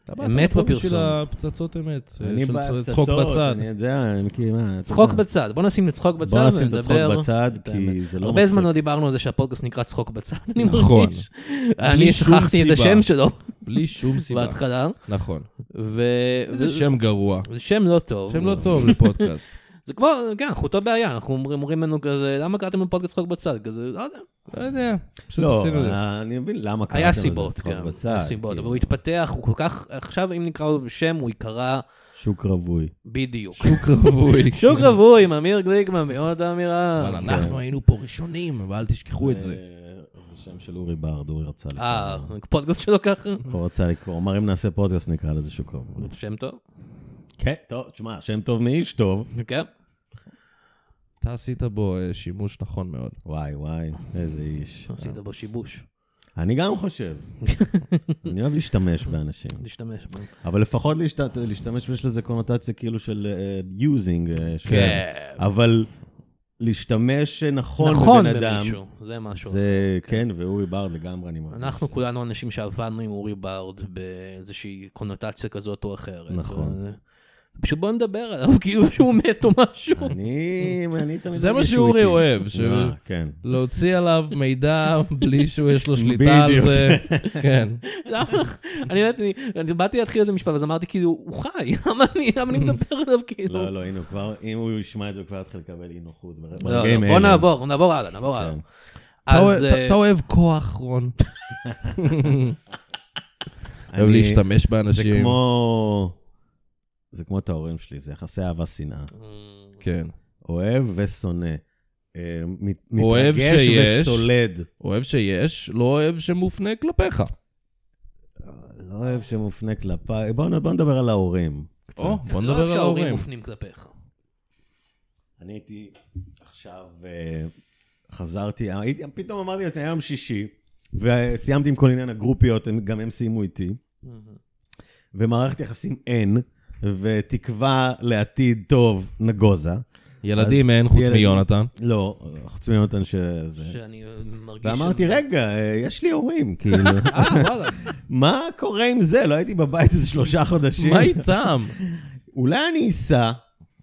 סבבה, אמת אתה פה בשביל בפרסום. הפצצות אמת. אני של בא עם צחוק פצצות, בצד. אני יודע, אני כאילו, מה, אתה צחוק יודע. בצד, בוא נשים את צחוק בצד בוא ונדבר. נשים את הצחוק בצד, כי זה לא הרבה זמן מצחיק. לא דיברנו על זה שהפודקאסט נקרא צחוק בצד, אני נכון. מרגיש. אני שום שכחתי את סיבה. השם שלו בלי שום סיבה. בהתחלה, נכון. ו... איזה זה- שם גרוע. זה שם לא טוב. שם לא טוב לפודקאסט. זה כמו, כן, אנחנו אותה בעיה, אנחנו אומרים אומרים לנו כזה, למה קראתם לפודקאסט צחוק בצד? כזה, לא יודע. לא יודע, פשוט לא, עשינו את זה. אני מבין למה קראתם היה לזה סיבות, צחוק כן, בצד. היה סיבות, אבל כאילו, הוא התפתח, הוא כל כך, עכשיו אם נקרא לו בשם, הוא ייקרא שוק רווי. בדיוק. שוק רווי. שוק רווי עם אמיר גליקמן ועוד אמירה. אבל אנחנו היינו פה ראשונים, ואל תשכחו את זה. אה, זה שם של אורי ברד, אורי רצה אה, לקרוא. פודקאסט שלו ככה? הוא רצה לא לקרוא, הוא אמר אם נעשה פודקאסט נקרא לזה שוק רווי. שם טוב. כן, טוב, תשמע, שם טוב מאיש טוב. כן. אתה עשית בו אה, שימוש נכון מאוד. וואי וואי, איזה איש. עשית בו שיבוש. אני גם חושב. אני אוהב להשתמש באנשים. להשתמש בו. אבל לפחות להשת- להשתמש, יש לזה קונוטציה כאילו של יוזינג. כן. אבל להשתמש נכון נכון בבן אדם, במישהו, זה משהו. זה כן, ואורי ברד לגמרי, אני מאמין. אנחנו כולנו אנשים שעבדנו עם אורי בארד באיזושהי קונוטציה כזאת או אחרת. נכון. אה, פשוט בוא נדבר עליו, כאילו שהוא מת או משהו. אני, אני תמיד... זה מה מרגיש שהוא שאורי איתי. אוהב, ש- אה, כן. להוציא עליו מידע בלי שהוא יש לו שליטה על בדיוק. זה. כן. למה? אני יודעת, אני- אני באתי להתחיל איזה משפט, אז אמרתי כאילו, הוא חי, למה אני למה אני מדבר עליו כאילו? לא, לא, הנה, הוא כבר, אם הוא ישמע את זה, הוא כבר יתחיל לקבל אי נוחות. ברגעים לא, לא, האלה. בוא נעבור, נעבור הלאה, נעבור הלאה. כן. אתה אז אוהב- אה, אתה- אתה אוהב כוח, רון. אני- אוהב להשתמש זה באנשים. כמו... זה כמו את ההורים שלי, זה יחסי אהבה שנאה. כן. אוהב ושונא. אה, מת- אוהב מתרגש שיש. וסולד. אוהב שיש, לא אוהב שמופנה כלפיך. לא אוהב שמופנה כלפיי. בואו נ- בואו נדבר על ההורים. קצת. או, בוא לא נדבר על שההורים ההורים. מופנים כלפיך. אני הייתי עכשיו, אה, חזרתי, אה, הייתי, פתאום אמרתי לעצמי, היום שישי, וסיימתי עם כל עניין הגרופיות, הם- גם הם סיימו איתי, ומערכת יחסים אין, ותקווה לעתיד טוב, נגוזה. ילדים אין חוץ ילדים. מיונתן. לא, חוץ מיונתן שזה... שאני מרגיש... ואמרתי, שאני- רגע, אה, יש לי הורים, כאילו. אה, וואלה. מה קורה עם זה? לא הייתי בבית איזה שלושה חודשים. מה איתם? אולי אני אסע,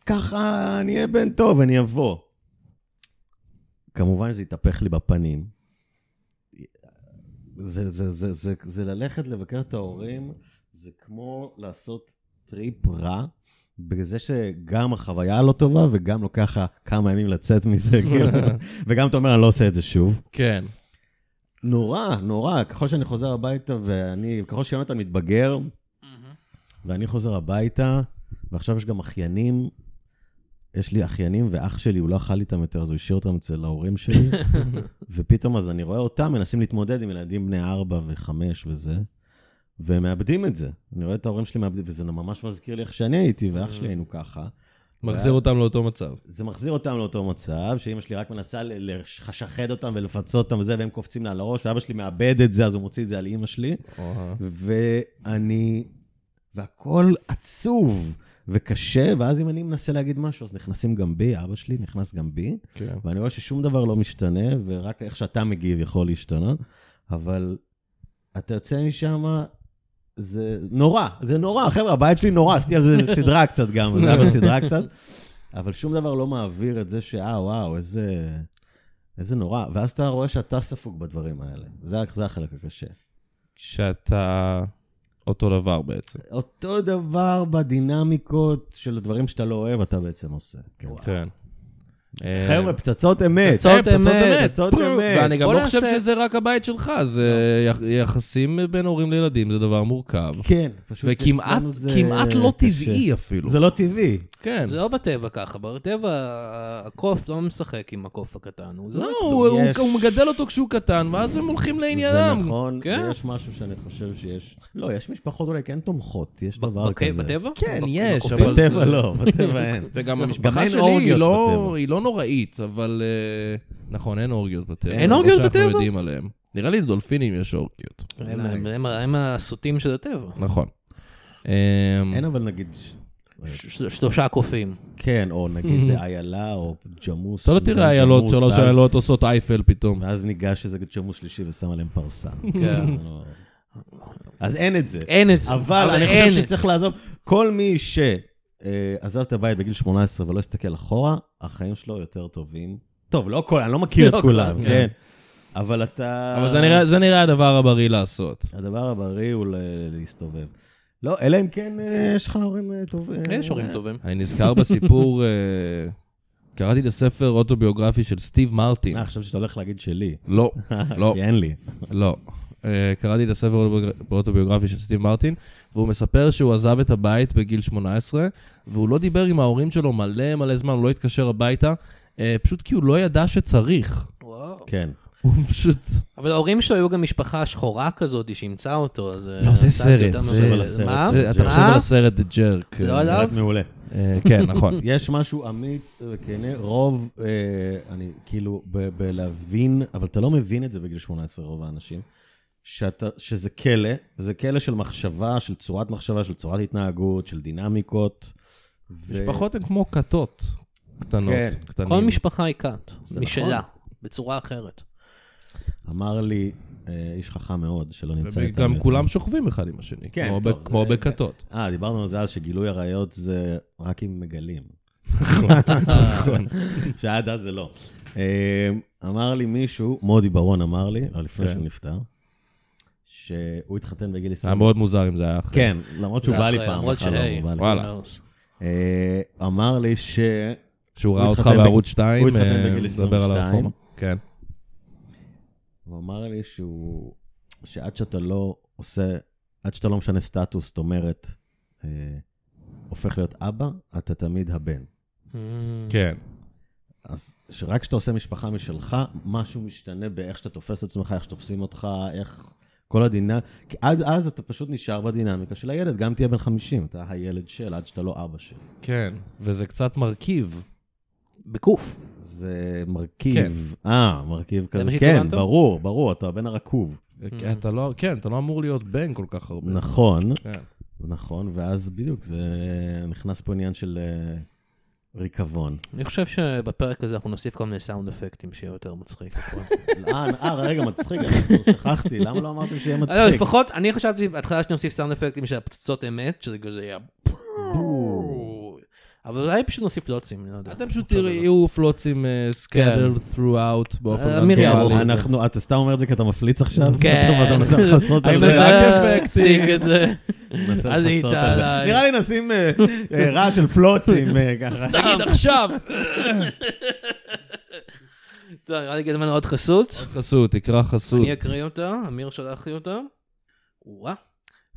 ככה אני אהיה בן טוב, אני אבוא. כמובן זה התהפך לי בפנים. זה, זה, זה, זה, זה ללכת לבקר את ההורים, זה כמו לעשות טריפ רע, בזה שגם החוויה לא טובה וגם לוקח לך כמה ימים לצאת מזה, כאילו. וגם אתה אומר, אני לא עושה את זה שוב. כן. נורא, נורא. ככל שאני חוזר הביתה ואני, ככל שיונתן מתבגר, ואני חוזר הביתה, ועכשיו יש גם אחיינים. יש לי אחיינים ואח שלי, הוא לא אכל איתם יותר, אז הוא השאיר אותם אצל ההורים שלי. ופתאום אז אני רואה אותם מנסים להתמודד עם ילדים בני ארבע וחמש וזה, והם מאבדים את זה. אני רואה את ההורים שלי מאבדים, וזה ממש מזכיר לי איך שאני הייתי, ואח שלי היינו ככה. מחזיר אותם לאותו מצב. זה מחזיר אותם לאותו מצב, שאימא שלי רק מנסה ל- לשחד אותם ולפצות אותם וזה, והם קופצים לה על הראש, ואבא שלי מאבד את זה, אז הוא מוציא את זה על אימא שלי. ואני... והכל עצוב וקשה, ואז אם אני מנסה להגיד משהו, אז נכנסים גם בי, אבא שלי נכנס גם בי, כן. ואני רואה ששום דבר לא משתנה, ורק איך שאתה מגיב יכול להשתנות, אבל אתה יוצא משם, זה נורא, זה נורא, חבר'ה, הבית שלי נורא, עשיתי על זה סדרה קצת גם, זה היה בסדרה קצת, אבל שום דבר לא מעביר את זה שאה, וואו, איזה... איזה נורא, ואז אתה רואה שאתה ספוג בדברים האלה. זה, זה החלק הקשה. שאתה אותו דבר בעצם. אותו דבר בדינמיקות של הדברים שאתה לא אוהב, אתה בעצם עושה. כן. אה, חבר'ה, פצצות אמת. פצצות כן, פצצות אמת. אמת. פצצות אמת. לא. ואני גם בוא לא נעשה- חושב שזה רק הבית שלך, זה יח- יחסים בין הורים לילדים זה דבר מורכב. כן, פשוט וכמעט אצלנו זה כמעט לא קשה. טבעי אפילו. זה לא טבעי. כן. זה לא בטבע ככה, בטבע ה- הקוף לא משחק עם הקוף הקטן. הוא לא, זורק הוא- הוא- יש- הוא מגדל אותו כשהוא קטן, ואז הם הולכים זה לעניינם. נכון, כן. יש משהו שאני חושב שיש... לא, יש משפחות אולי כן תומכות, יש דבר בק- כזה. אוקיי, בטבע? כן, בק- יש, בקופים? אבל- בטבע לא, בטבע אין. וגם גם המשפחה אין שלי היא אורגיות לא, בטבע. היא לא נוראית, אבל... אה, נכון, אין אורגיות בטבע. אין אורגיות למרות בטבע? שאנחנו יודעים עליהם. נראה לי לדולפינים יש אורגיות. הם- לא, הם- הם- הם הסוטים של הטבע. נכון. אמ, אין אבל נגיד... ש- ש- שלושה קופים. כן, או נגיד איילה, או ג'מוס. אתה לא שזה תראה איילות, ג'מוס, שלוש ואז- איילות עושות אייפל פתאום. כן. ואז ניגש איזה ג'מוס שלישי ושם עליהם פרסה. כן. לא- אז אין את זה. אין את זה. אבל אני אין חושב את שצריך לעזוב. כל מי שעזב את הבית בגיל 18 ולא הסתכל אחורה, החיים שלו יותר טובים. טוב, לא כל, אני לא מכיר לא את כולם, כולם, כן. אבל אתה... אבל זה נראה- זה נראה הדבר הבריא לעשות. הדבר הבריא הוא ל- להסתובב. לא, אלא אם כן אה, יש לך הורים אה, טובים. זה. יש הורים טובים. אני נזכר בסיפור, אה, קראתי את הספר אוטוביוגרפי של סטיב מרטין. אה, חשבתי שאתה הולך להגיד שלי. לא, לא, כי אין לי. לא. אה, קראתי את הספר האוטוביוגר- האוטוביוגרפי של סטיב מרטין, והוא מספר שהוא עזב את הבית בגיל 18, והוא לא דיבר עם ההורים שלו מלא מלא זמן, הוא לא התקשר הביתה, אה, פשוט כי הוא לא ידע שצריך. וואו. כן. הוא פשוט... אבל ההורים שלו היו גם משפחה שחורה כזאת שימצא אותו, אז... אה, לא, זה סאנסי סרט, אותנו זה- אבל- זה- מה? זה- אתה מה? חושב על הסרט The Jerk. לא אה, עליו? סרט מעולה. אה, כן, נכון. יש משהו אמיץ וכן, רוב, אה, אני כאילו, ב- בלהבין, אבל אתה לא מבין את זה בגיל 18, רוב האנשים, שאתה, שזה כלא, זה כלא של מחשבה, של צורת מחשבה, של צורת התנהגות, של דינמיקות. ו- משפחות הן כמו כתות קטנות. כן. קטנים. כל משפחה היא כת, זה משלה, נכון. בצורה אחרת. אמר לי אה, איש חכם מאוד, שלא נמצא איתנו. וגם כולם שוכבים אחד עם השני, כן, כמו טוב, ב- כמו זה- בכתות. אה, דיברנו על זה אז שגילוי עריות זה רק אם מגלים. נכון. שעד אז זה לא. אמ, אמר לי מישהו, מודי ברון אמר לי, אבל לפני כן. שהוא נפטר, שהוא התחתן בגיל היה 20. מאוד מוזר אם זה היה אחרי. כן, למרות שהוא זה בא לי אחרי, פעם למרות אחת, לא, שהי, הוא בא לי. וואלה. who knows. אה, אמר לי ש... שהוא הוא ראה אותך התחתן ב- בערוץ 2, הוא התחתן בגיל מדבר על 22. הרפורמה. כן. הוא אמר לי שהוא... שעד שאתה לא עושה... עד שאתה לא משנה סטטוס, זאת אומרת, אה, הופך להיות אבא, אתה תמיד הבן. Hmm. כן. אז שרק כשאתה עושה משפחה משלך, משהו משתנה באיך שאתה תופס את עצמך, איך שתופסים אותך, איך... כל הדינמיקה. כי עד אז אתה פשוט נשאר בדינמיקה של הילד, גם אם תהיה בן 50, אתה הילד של, עד שאתה לא אבא של. כן. וזה קצת מרכיב. בקוף. זה מרכיב, אה, מרכיב כן. מה כזה. כן, שהתכוונת? ברור, ברור, אתה הבן הרקוב. אתה לא, כן, אתה לא אמור להיות בן כל כך הרבה. נכון, כן. נכון, ואז בדיוק, זה נכנס פה עניין של אה, ריקבון. אני חושב שבפרק הזה אנחנו נוסיף כל מיני סאונד אפקטים שיהיה יותר מצחיק. נכון? הכל. אה, אה, רגע, מצחיק, אני כבר שכחתי, למה לא אמרתם שיהיה אה, לא, מצחיק? לפחות, אני חשבתי בהתחלה שנוסיף סאונד אפקטים של הפצצות אמת, שזה כזה יהיה... אבל אולי פשוט נוסיף לוצים, אני לא יודע. אתם פשוט נחשוב על זה. יהיו פלוצים אה, scattered throughout באופן אה, מירי רנדומלי. ארוך. כן, אנחנו, אתה סתם אומר את זה כי אתה מפליץ עכשיו? כן. ואתה מנסה לכסות על אני זה. מנסה להצדיק את זה. מנסה אז היא לכסות איתה על זה. עליי. נראה לי נשים אה, אה, רעש של פלוצים אה, ככה. תגיד עכשיו. טוב, נראה לי גדמן עוד חסות. חסות, תקרא חסות. אני אקריא אותה, אמיר שלח לי אותה. וואה.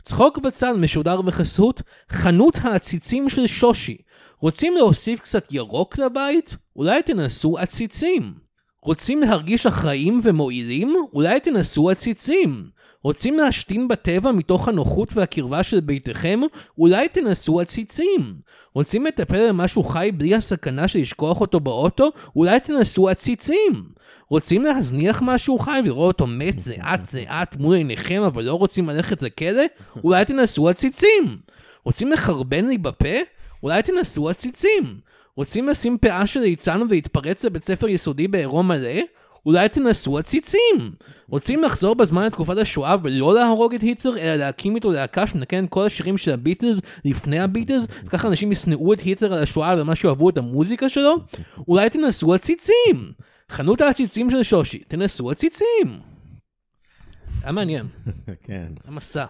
צחוק בצד משודר בחסות חנות העציצים של שושי. רוצים להוסיף קצת ירוק לבית? אולי תנסו עציצים. רוצים להרגיש אחראים ומועילים? אולי תנסו עציצים. רוצים להשתין בטבע מתוך הנוחות והקרבה של ביתכם? אולי תנסו עציצים. רוצים לטפל במשהו חי בלי הסכנה של לשכוח אותו באוטו? אולי תנסו עציצים. רוצים להזניח משהו חי ולראות אותו מת זה את זה את מול עיניכם, אבל לא רוצים ללכת לכלא? אולי תנסו עציצים. רוצים לחרבן לי בפה? אולי תנסו עציצים. רוצים לשים פאה של ליצן ולהתפרץ לבית ספר יסודי בעירום מלא? אולי תנסו עציצים. רוצים לחזור בזמן לתקופת השואה ולא להרוג את היטלר, אלא להקים איתו להקה שנקן כל השירים של הביטלס לפני הביטלס, וככה אנשים ישנאו את היטלר על השואה ועל מה שאהבו את המוזיקה שלו? אולי תנסו עציצים. חנות העציצים של שושי, תנסו עציצים. היה מעניין, כן. היה מסע.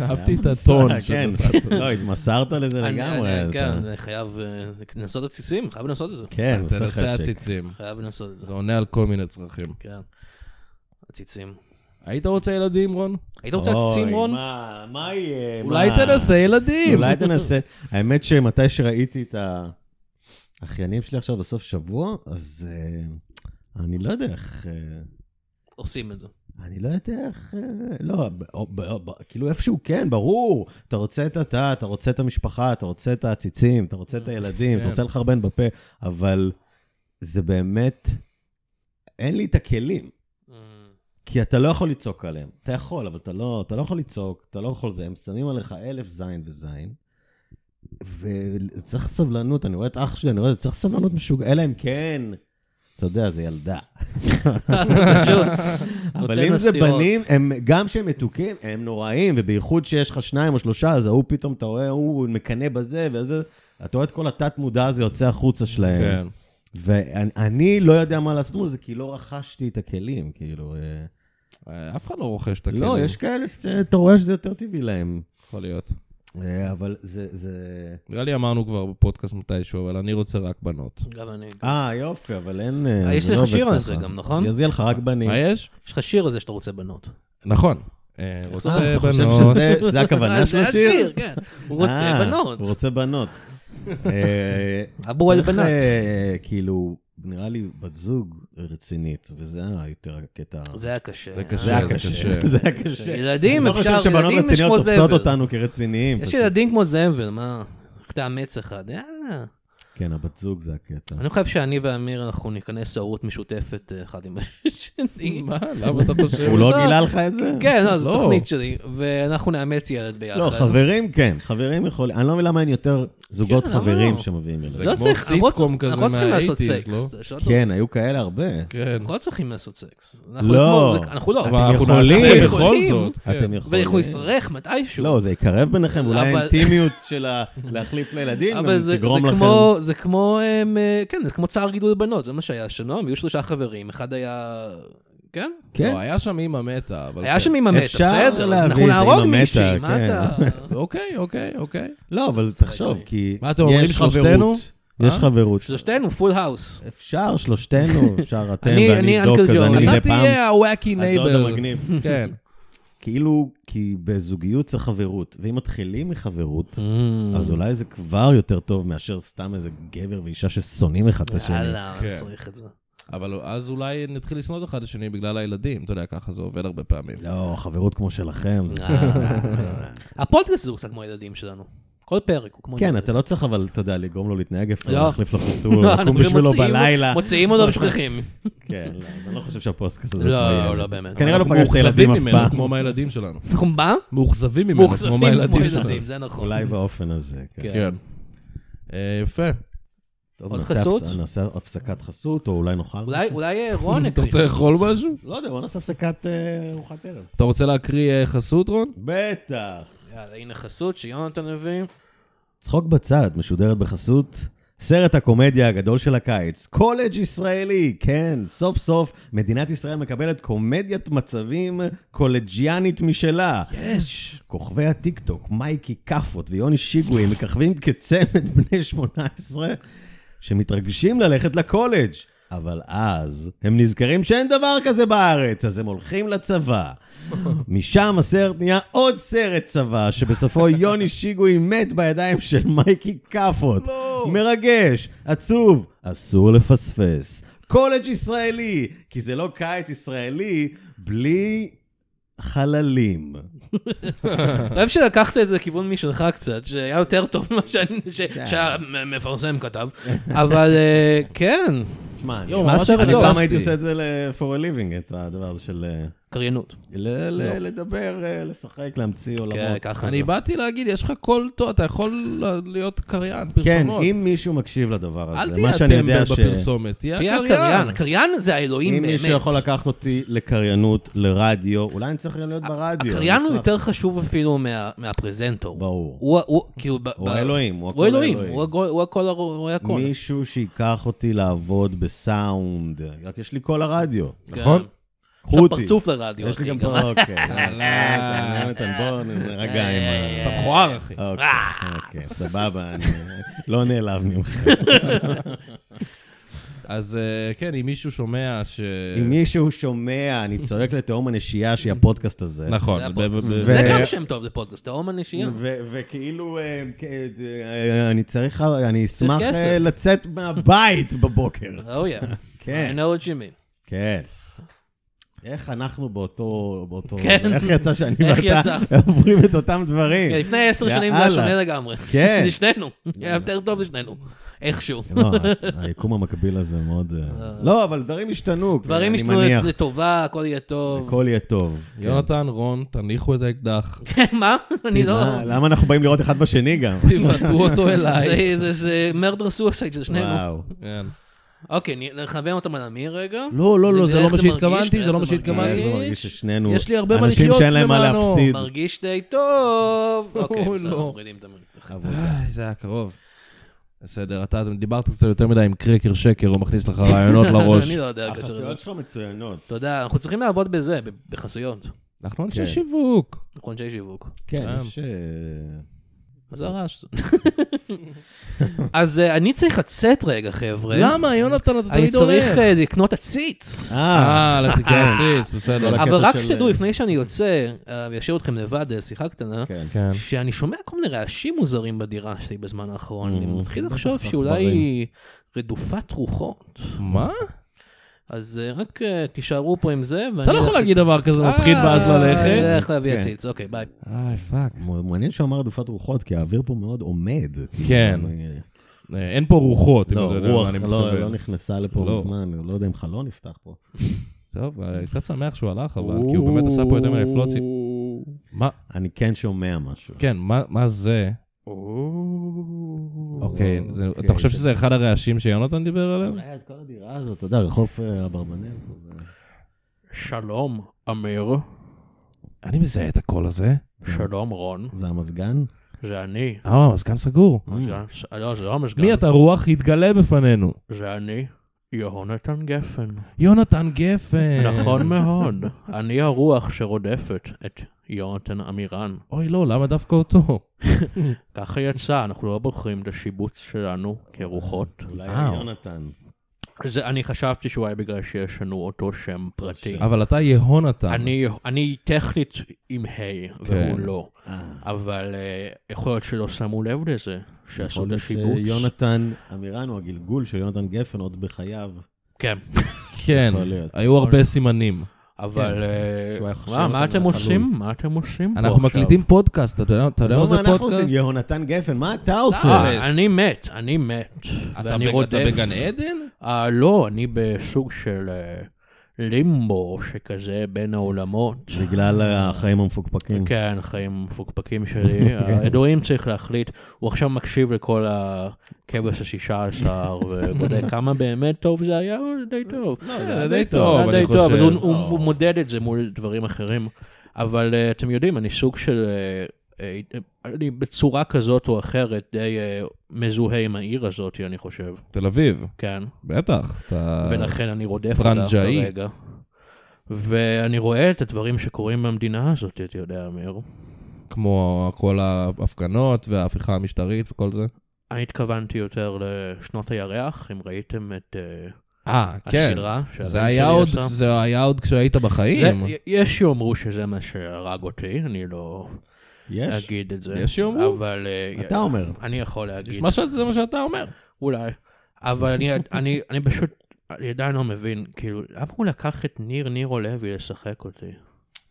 אהבתי את הטון. כן, שאתה- לא, התמסרת לזה אני- לגמרי. אני- כן, אתה- אני חייב אה, לנסות עציצים, חייב לנסות את זה. כן, עושה תנסה חשק. עציצים. חייב לנסות את זה, זה עונה על כל מיני צרכים. כן. עציצים. היית רוצה ילדים, רון? היית רוצה עציצים, אוי, רון? מה- מה יהיה? אולי מה? תנסה ילדים. אולי תנסה. האמת שמתי שראיתי את האחיינים שלי עכשיו בסוף שבוע, אז אה, אני לא יודע איך... אה, עושים את זה. אני לא יודע איך... אה, לא, ב- או- ב- או- ב- כאילו איפשהו כן, ברור. אתה רוצה את התא, אתה רוצה את המשפחה, אתה רוצה את העציצים, אתה רוצה את הילדים, אתה רוצה לחרבן בפה, אבל זה באמת... אין לי את הכלים, אה. כי אתה לא יכול לצעוק עליהם. אתה יכול, אבל אתה לא, אתה לא יכול לצעוק, אתה לא יכול זה. הם שמים עליך אלף זין וזין, וצריך סבלנות. אני רואה את אח שלי, אני רואה את זה, צריך סבלנות משוגע, אלא אם כן, אתה יודע, זה ילדה. אז זה פשוט. אבל נותן אם לה זה סטירות. בנים, הם, גם כשהם מתוקים, הם נוראים, ובייחוד שיש לך שניים או שלושה, אז ההוא פתאום, אתה רואה, הוא מקנא בזה, וזה... אתה רואה את כל התת-מודע הזה יוצא החוצה שלהם. כן. ואני אני לא יודע מה לעשות מול זה, כי לא רכשתי את הכלים, כאילו... אה, אה, אף אחד לא רוכש את הכלים. לא, יש כאלה שאתה רואה שזה יותר טבעי להם. יכול להיות. אה, אבל זה... זה... נראה לי אמרנו כבר בפודקאסט מתישהו, אבל אני רוצה רק בנות. גם אני. אה, יופי, אבל אין... אה, אה, יש זה לך לא עובד שיר על ככה. זה גם, נכון? אז יהיה לך רק בנים. מה יש? יש לך שיר על זה שאתה רוצה בנות. נכון. אה, רוצה אה, אתה חושב בנות. שזה- שזה הכוונה של זה השיר? השיר, כן. הוא רוצה אה, בנות. הוא רוצה בנות. אה, אבו על צריך, בנות. אה, כאילו, נראה לי בת זוג רצינית, וזה היה יותר הקטע. זה היה קשה. זה אה? קשה. זה היה קשה. זה היה קשה. ילדים, אני אפשר, לא חושב שבנות ילדים יש רציניות כמו תופסות זבל. אותנו כרציניים. יש פשוט. ילדים כמו זבל, מה? איך תאמץ אחד? יאללה. כן, הבת זוג זה הקטע. אני חושב שאני ואמיר, אנחנו ניכנס להורות משותפת אה, אחד עם השני. מה? למה אתה חושב? הוא לא לא. גילה לך את זה? כן, לא, זו לא. תוכנית שלי, ואנחנו נאמץ ילד ביחד. לא, חברים כן, חברים יכולים, אני לא מבין למה אין יותר זוגות כן, למה חברים לא? שמביאים זה אליהם. לא כמו צריך, אנחנו לא סיטקום צריכים- כזה אנחנו לא צריכים לעשות מה-eighties, סקס. לא? יש עוד- כן, היו כאלה הרבה. כן. אנחנו לא צריכים לעשות סקס. אנחנו לא. נגמור, זה- אנחנו לא. אבל אנחנו יכולים. נעשה בכל יכולים. זאת. כן. אתם ואנחנו יכולים. נצטרך מתישהו. לא, זה יקרב ביניכם, אולי אבל- האינטימיות של ה- להחליף לילדים, אבל זה, גם זה, תגרום לכם... כמו, זה כמו, הם, אה, כן, זה כמו צער גידול בנות, זה מה שהיה שם, לא? הם היו שלושה חברים, אחד היה, כן? כן, לא, היה שם אימא מתה, אבל... היה כן. שם עם המטה, אוקיי. אפשר בסדר, אז להביא אנחנו את זה עם נהרוג המטה, מישהי, מה כן. אתה... אוקיי, אוקיי, אוקיי. לא, אבל תחשוב, כי מה אתם אומרים, יש שלושתנו? חברות. יש אה? חברות. שלושתנו פול האוס. אפשר, שלושתנו, אפשר אתם אני- ואני אני דוק Uncle כזה, John. אני מדי אתה פעם. לא תהיה הוואקי נייבר. הדוד המגניב. כן. כאילו, כי בזוגיות צריך חברות, ואם מתחילים מחברות, Mm. אז אולי זה כבר יותר טוב מאשר סתם איזה גבר ואישה ששונאים אחד את השני. יאללה, כן. צריך את זה. אבל אז אולי נתחיל לשנות אחד את השני בגלל הילדים. אתה יודע, ככה זה עובד הרבה פעמים. לא, חברות כמו שלכם. זה- הפודקאסט הזה הוא קצת כמו הילדים שלנו. כל פרק הוא כמו... כן, ילד. אתה לא צריך, אבל אתה יודע, לגרום לו להתנהג יפה, לא. להחליף לו חתול, לא, לקום אנחנו בשבילו מוציאים- בלילה. מוציאים אותו ושוכחים. כן, לא, אז אני לא חושב שהפודקאסט הזה... לא, כמו לא, ילד. לא באמת. כנראה לא אנחנו פגשת מאוכזבים ילדים אף ממנו, פעם. כמו מהילדים שלנו. אנחנו נכון, מה? מאוכזבים ממנו, כמו מאוכזבים כמו מהילדים שלנו. ילדים, זה נכון. אולי באופן הזה, כן. כן. אה, יפה. טוב, עוד נעשה חסות? הפס- נעשה הפסקת חסות, או אולי נאכל? אולי- אולי אה, רון אתה יקריא. רוצה לאכול משהו? לא יודע, בוא נעשה הפסקת אה, ארוחת ערב. אתה רוצה להקריא אה, חסות, רון? בטח. יאללה, הנה חסות שיונתן הביא. צחוק בצד, משודרת בחסות. סרט הקומדיה הגדול של הקיץ, קולג' ישראלי, כן, סוף סוף מדינת ישראל מקבלת קומדיית מצבים קולג'יאנית משלה. יש! כוכבי הטיקטוק, מייקי כאפות ויוני שיגווי מככבים כצמד בני 18 שמתרגשים ללכת לקולג', אבל אז הם נזכרים שאין דבר כזה בארץ, אז הם הולכים לצבא. משם הסרט נהיה עוד סרט צבא, שבסופו יוני שיגוי מת בידיים של מייקי כאפות. מרגש, עצוב, אסור לפספס. קולג' ישראלי, כי זה לא קיץ ישראלי בלי חללים. אוהב שלקחת את זה לכיוון משלך קצת, שהיה יותר טוב ממה שאני- ש- כן. שהמפרסם כתב, אבל אה, כן, תשמע, אני יואו, ממש- ממש אני פעם הרגשתי. הייתי עושה את זה ל-for a living, את הדבר הזה של... אה, קריינות. ל- לא. ל- לדבר, אה, לשחק, להמציא כן, עולמות. ככה זה. אני באתי להגיד, יש לך קול טוב, אתה יכול להיות קריין, כן, פרסומות. אם מישהו מקשיב לדבר אל הזה, תהיה מה שאני הטמבל יודע ש... בפרסומת, תהיה תהיה הקריין. הקריין, הקריין זה האלוהים אם באמת. מישהו יכול לקחת אותי לקריינות, לרדיו, אולי אני צריך גם להיות ברדיו. הקריין אני הוא אשמח. יותר חשוב אפילו מה- מהפרזנטור. ברור. הוא ה- הוא כאילו... ב- הוא ב- האלוהים, הוא הוא הכל אלוהים, האלוהים. הוא הגו- הוא הכל, הר- הוא היה הכל. מישהו שייקח אותי לעבוד בסאונד. רק יש לי קול הרדיו. כן. נכון. קחו אותי. פרצוף לרדיו, יש לי אחי. גם גם- אה, פה, אוקיי. אה, יונתן, בוא נרגע עם ה... אתה מכוער, אחי. אוקיי, אוקיי, סבבה, אני לא נעלב ממך. אז אה, כן, אם מישהו שומע ש... אה. אם מישהו שומע, אני צועק לתהום הנשייה שהיא הפודקאסט הזה. נכון. זה ב- ב- הפודקאסט. ב- זה ו- גם שם טוב לפודקאסט, תהום הנשייה. ו- וכאילו, אה, כ- אה, אני צריך, אני אשמח כסף. אה, לצאת מהבית בבוקר. Oh yeah. כן. I know what you mean. כן. איך אנחנו באותו... באותו כן. איך יצא שאני איך ואתה יצא? עוברים את אותם דברים? כן, לפני עשר שנים זה יאללה. היה שונה לגמרי. כן. לשנינו. היה יותר טוב לשנינו. איכשהו. לא, ה- היקום המקביל הזה מאוד... אה, לא, אבל דברים השתנו. דברים אני ישנו מניח. לטובה, הכל יהיה טוב. הכל יהיה טוב. יונתן, רון, תניחו את האקדח, מה? אני לא... מה, למה אנחנו באים לראות אחד בשני גם? תבעטו אותו אליי. זה- זה- זה מרדר סויסייד של שנינו. וואו. כן. אוקיי, נ- נכוון אותם על אמיר רגע. לא, לא, לא, זה נראה לא איך מה זה מרגיש, שהתכוונתי, נראה זה לא איך מה זה אני שהתכוונתי. אה, איך זה מרגיש ששנינו יש לי הרבה מה אנשים לחיות שאין להם מה למענו. להפסיד. מרגיש די טוב. אוקיי, אוי, בסדר, לא. מורידים את אמיר. איי, זה היה קרוב. בסדר, אתה דיברת קצת יותר מדי עם קרקר שקר, הוא מכניס לך רעיונות לראש. אני לא יודע. כאשר- החסויות שלך מצוינות. תודה, אנחנו צריכים לעבוד בזה, ב- בחסויות. אנחנו כן. אנשי נכון? שיווק. אנחנו אנשי שיווק. כן, אה. יש... אה, מה זה הרעש הזה? אז אה, אני צריך לצאת רגע, חבר'ה. למה, יונתן, אתה אני תמיד צריך הולך? אה, לקנות עציץ. אה, אה, לתקרציס, בסדר. כל הקטע אבל רק של- שתדעו, לפני שאני יוצא, אה, ואשאיר אתכם לבד, אה, שיחה קטנה, כן. כן. שאני שומע כל מיני רעשים מוזרים בדירה שלי בזמן האחרון. אה, Mm, אני מתחיל בטח לחשוב שאולי עכברים. היא רדופת רוחות. מה? אז אה, רק אה, תישארו פה עם זה, ואני... אתה לא יכול להגיד דבר כזה אה, מפחיד ואז אני ללכת. הולך להביא כן. עציץ, אוקיי, ביי. איי, פאק. מעניין שהוא אמר רדופת רוחות, כי האוויר פה מאוד עומד. כן. אה, אה, אין פה רוחות, אם אתה לא, יודע מה רוח אני לא- לא מתכוון. נכנסה לפה לא. מזמן, אני לא יודע אם חלון נפתח פה. טוב, אה, קצת שמח שהוא הלך, אבל כי הוא באמת עשה פה יותר מדי פלוצים. מה, אני כן שומע משהו. כן, מה מה זה? אוקיי, זה- אתה חושב שזה אחד הרעשים שיונתן דיבר עליהם? אולי את כל הדירה הזאת, אתה יודע, רחוב אה, אברבנאל. פה, זה- שלום, אמיר. אני מזהה את הקול הזה. שלום, רון. זה המזגן? זה אני. אה, המזגן סגור. לא, זה לא המשגן. מי אתה רוח? התגלה בפנינו. זה אני, יהונתן גפן. אה. יונתן גפן. נכון מאוד. אני הרוח שרודפת את יונתן עמירן. אוי, לא, למה דווקא אותו? ככה יצא, אנחנו לא בוחרים את השיבוץ שלנו כרוחות. אולי וואו. יונתן. זה, אני חשבתי שאולי בגלל שיש לנו אותו שם פרטי. אבל אתה יהונתן. אני, אני טכנית עם ה' והוא כן. לא. אה, אבל אה, יכול להיות שלא שמו לב לזה, שעשו יכול את להיות אה, השיבוץ. שיונתן אמירן הוא הגלגול של יונתן גפן עוד בחייו. כן, כן, יכול להיות. היו הרבה סימנים. כן, אבל... אה, שהוא היה חושב מה, מה אותנו אתם מהחלול. עושים? מה אתם עושים פה אנחנו עכשיו? מקליטים פודקאסט, אתה יודע אתה יודע מה עזוב זה מה אנחנו עושים, פודקאסט? יהונתן גפן, מה אתה אה, עושה? אני מת, אני מת. אתה ואני בג- אתה רודף. בגן עדן? אה, לא, אני בסוג של אה, לימבו שכזה בין העולמות. בגלל החיים המפוקפקים. כן, חיים מפוקפקים שלי. כן. האלוהים צריך להחליט, הוא עכשיו מקשיב לכל הכבש השישה עשר, ובודק כמה באמת טוב זה היה, אבל זה די טוב. לא, זה די טוב, היה אני לא, די טוב, אז חושב. הוא- הוא הוא מודד את זה מול דברים אחרים. אבל אה, אתם יודעים, אני סוג של... אה, אה, אני בצורה כזאת או אחרת די אה, מזוהה עם העיר הזאת, אני חושב. תל אביב, כן. בטח. אתה- ולכן אני רודף אותה פרנג'אי. כרגע. ואני רואה את הדברים שקורים במדינה הזאת, אתה יודע, אמיר. כמו כל ההפגנות וההפיכה המשטרית וכל זה. אני התכוונתי יותר לשנות הירח, אם ראיתם את אה, אה, כן. הסדרה. שהבן זה היה שלי עוד- עשה. זה היה עוד כשהיית זה- בחיים. י- יש שיאמרו שזה מה שהרג אותי, אני לא יש? אגיד את זה. יש שיאמרו? אבל... אה, אתה אומר. אני יכול להגיד. מה ש- זה מה שאתה אומר. אולי. אבל אני, אני, אני פשוט, אני עדיין לא מבין, כאילו, למה הוא לקח את ניר נירו לוי לשחק אותי?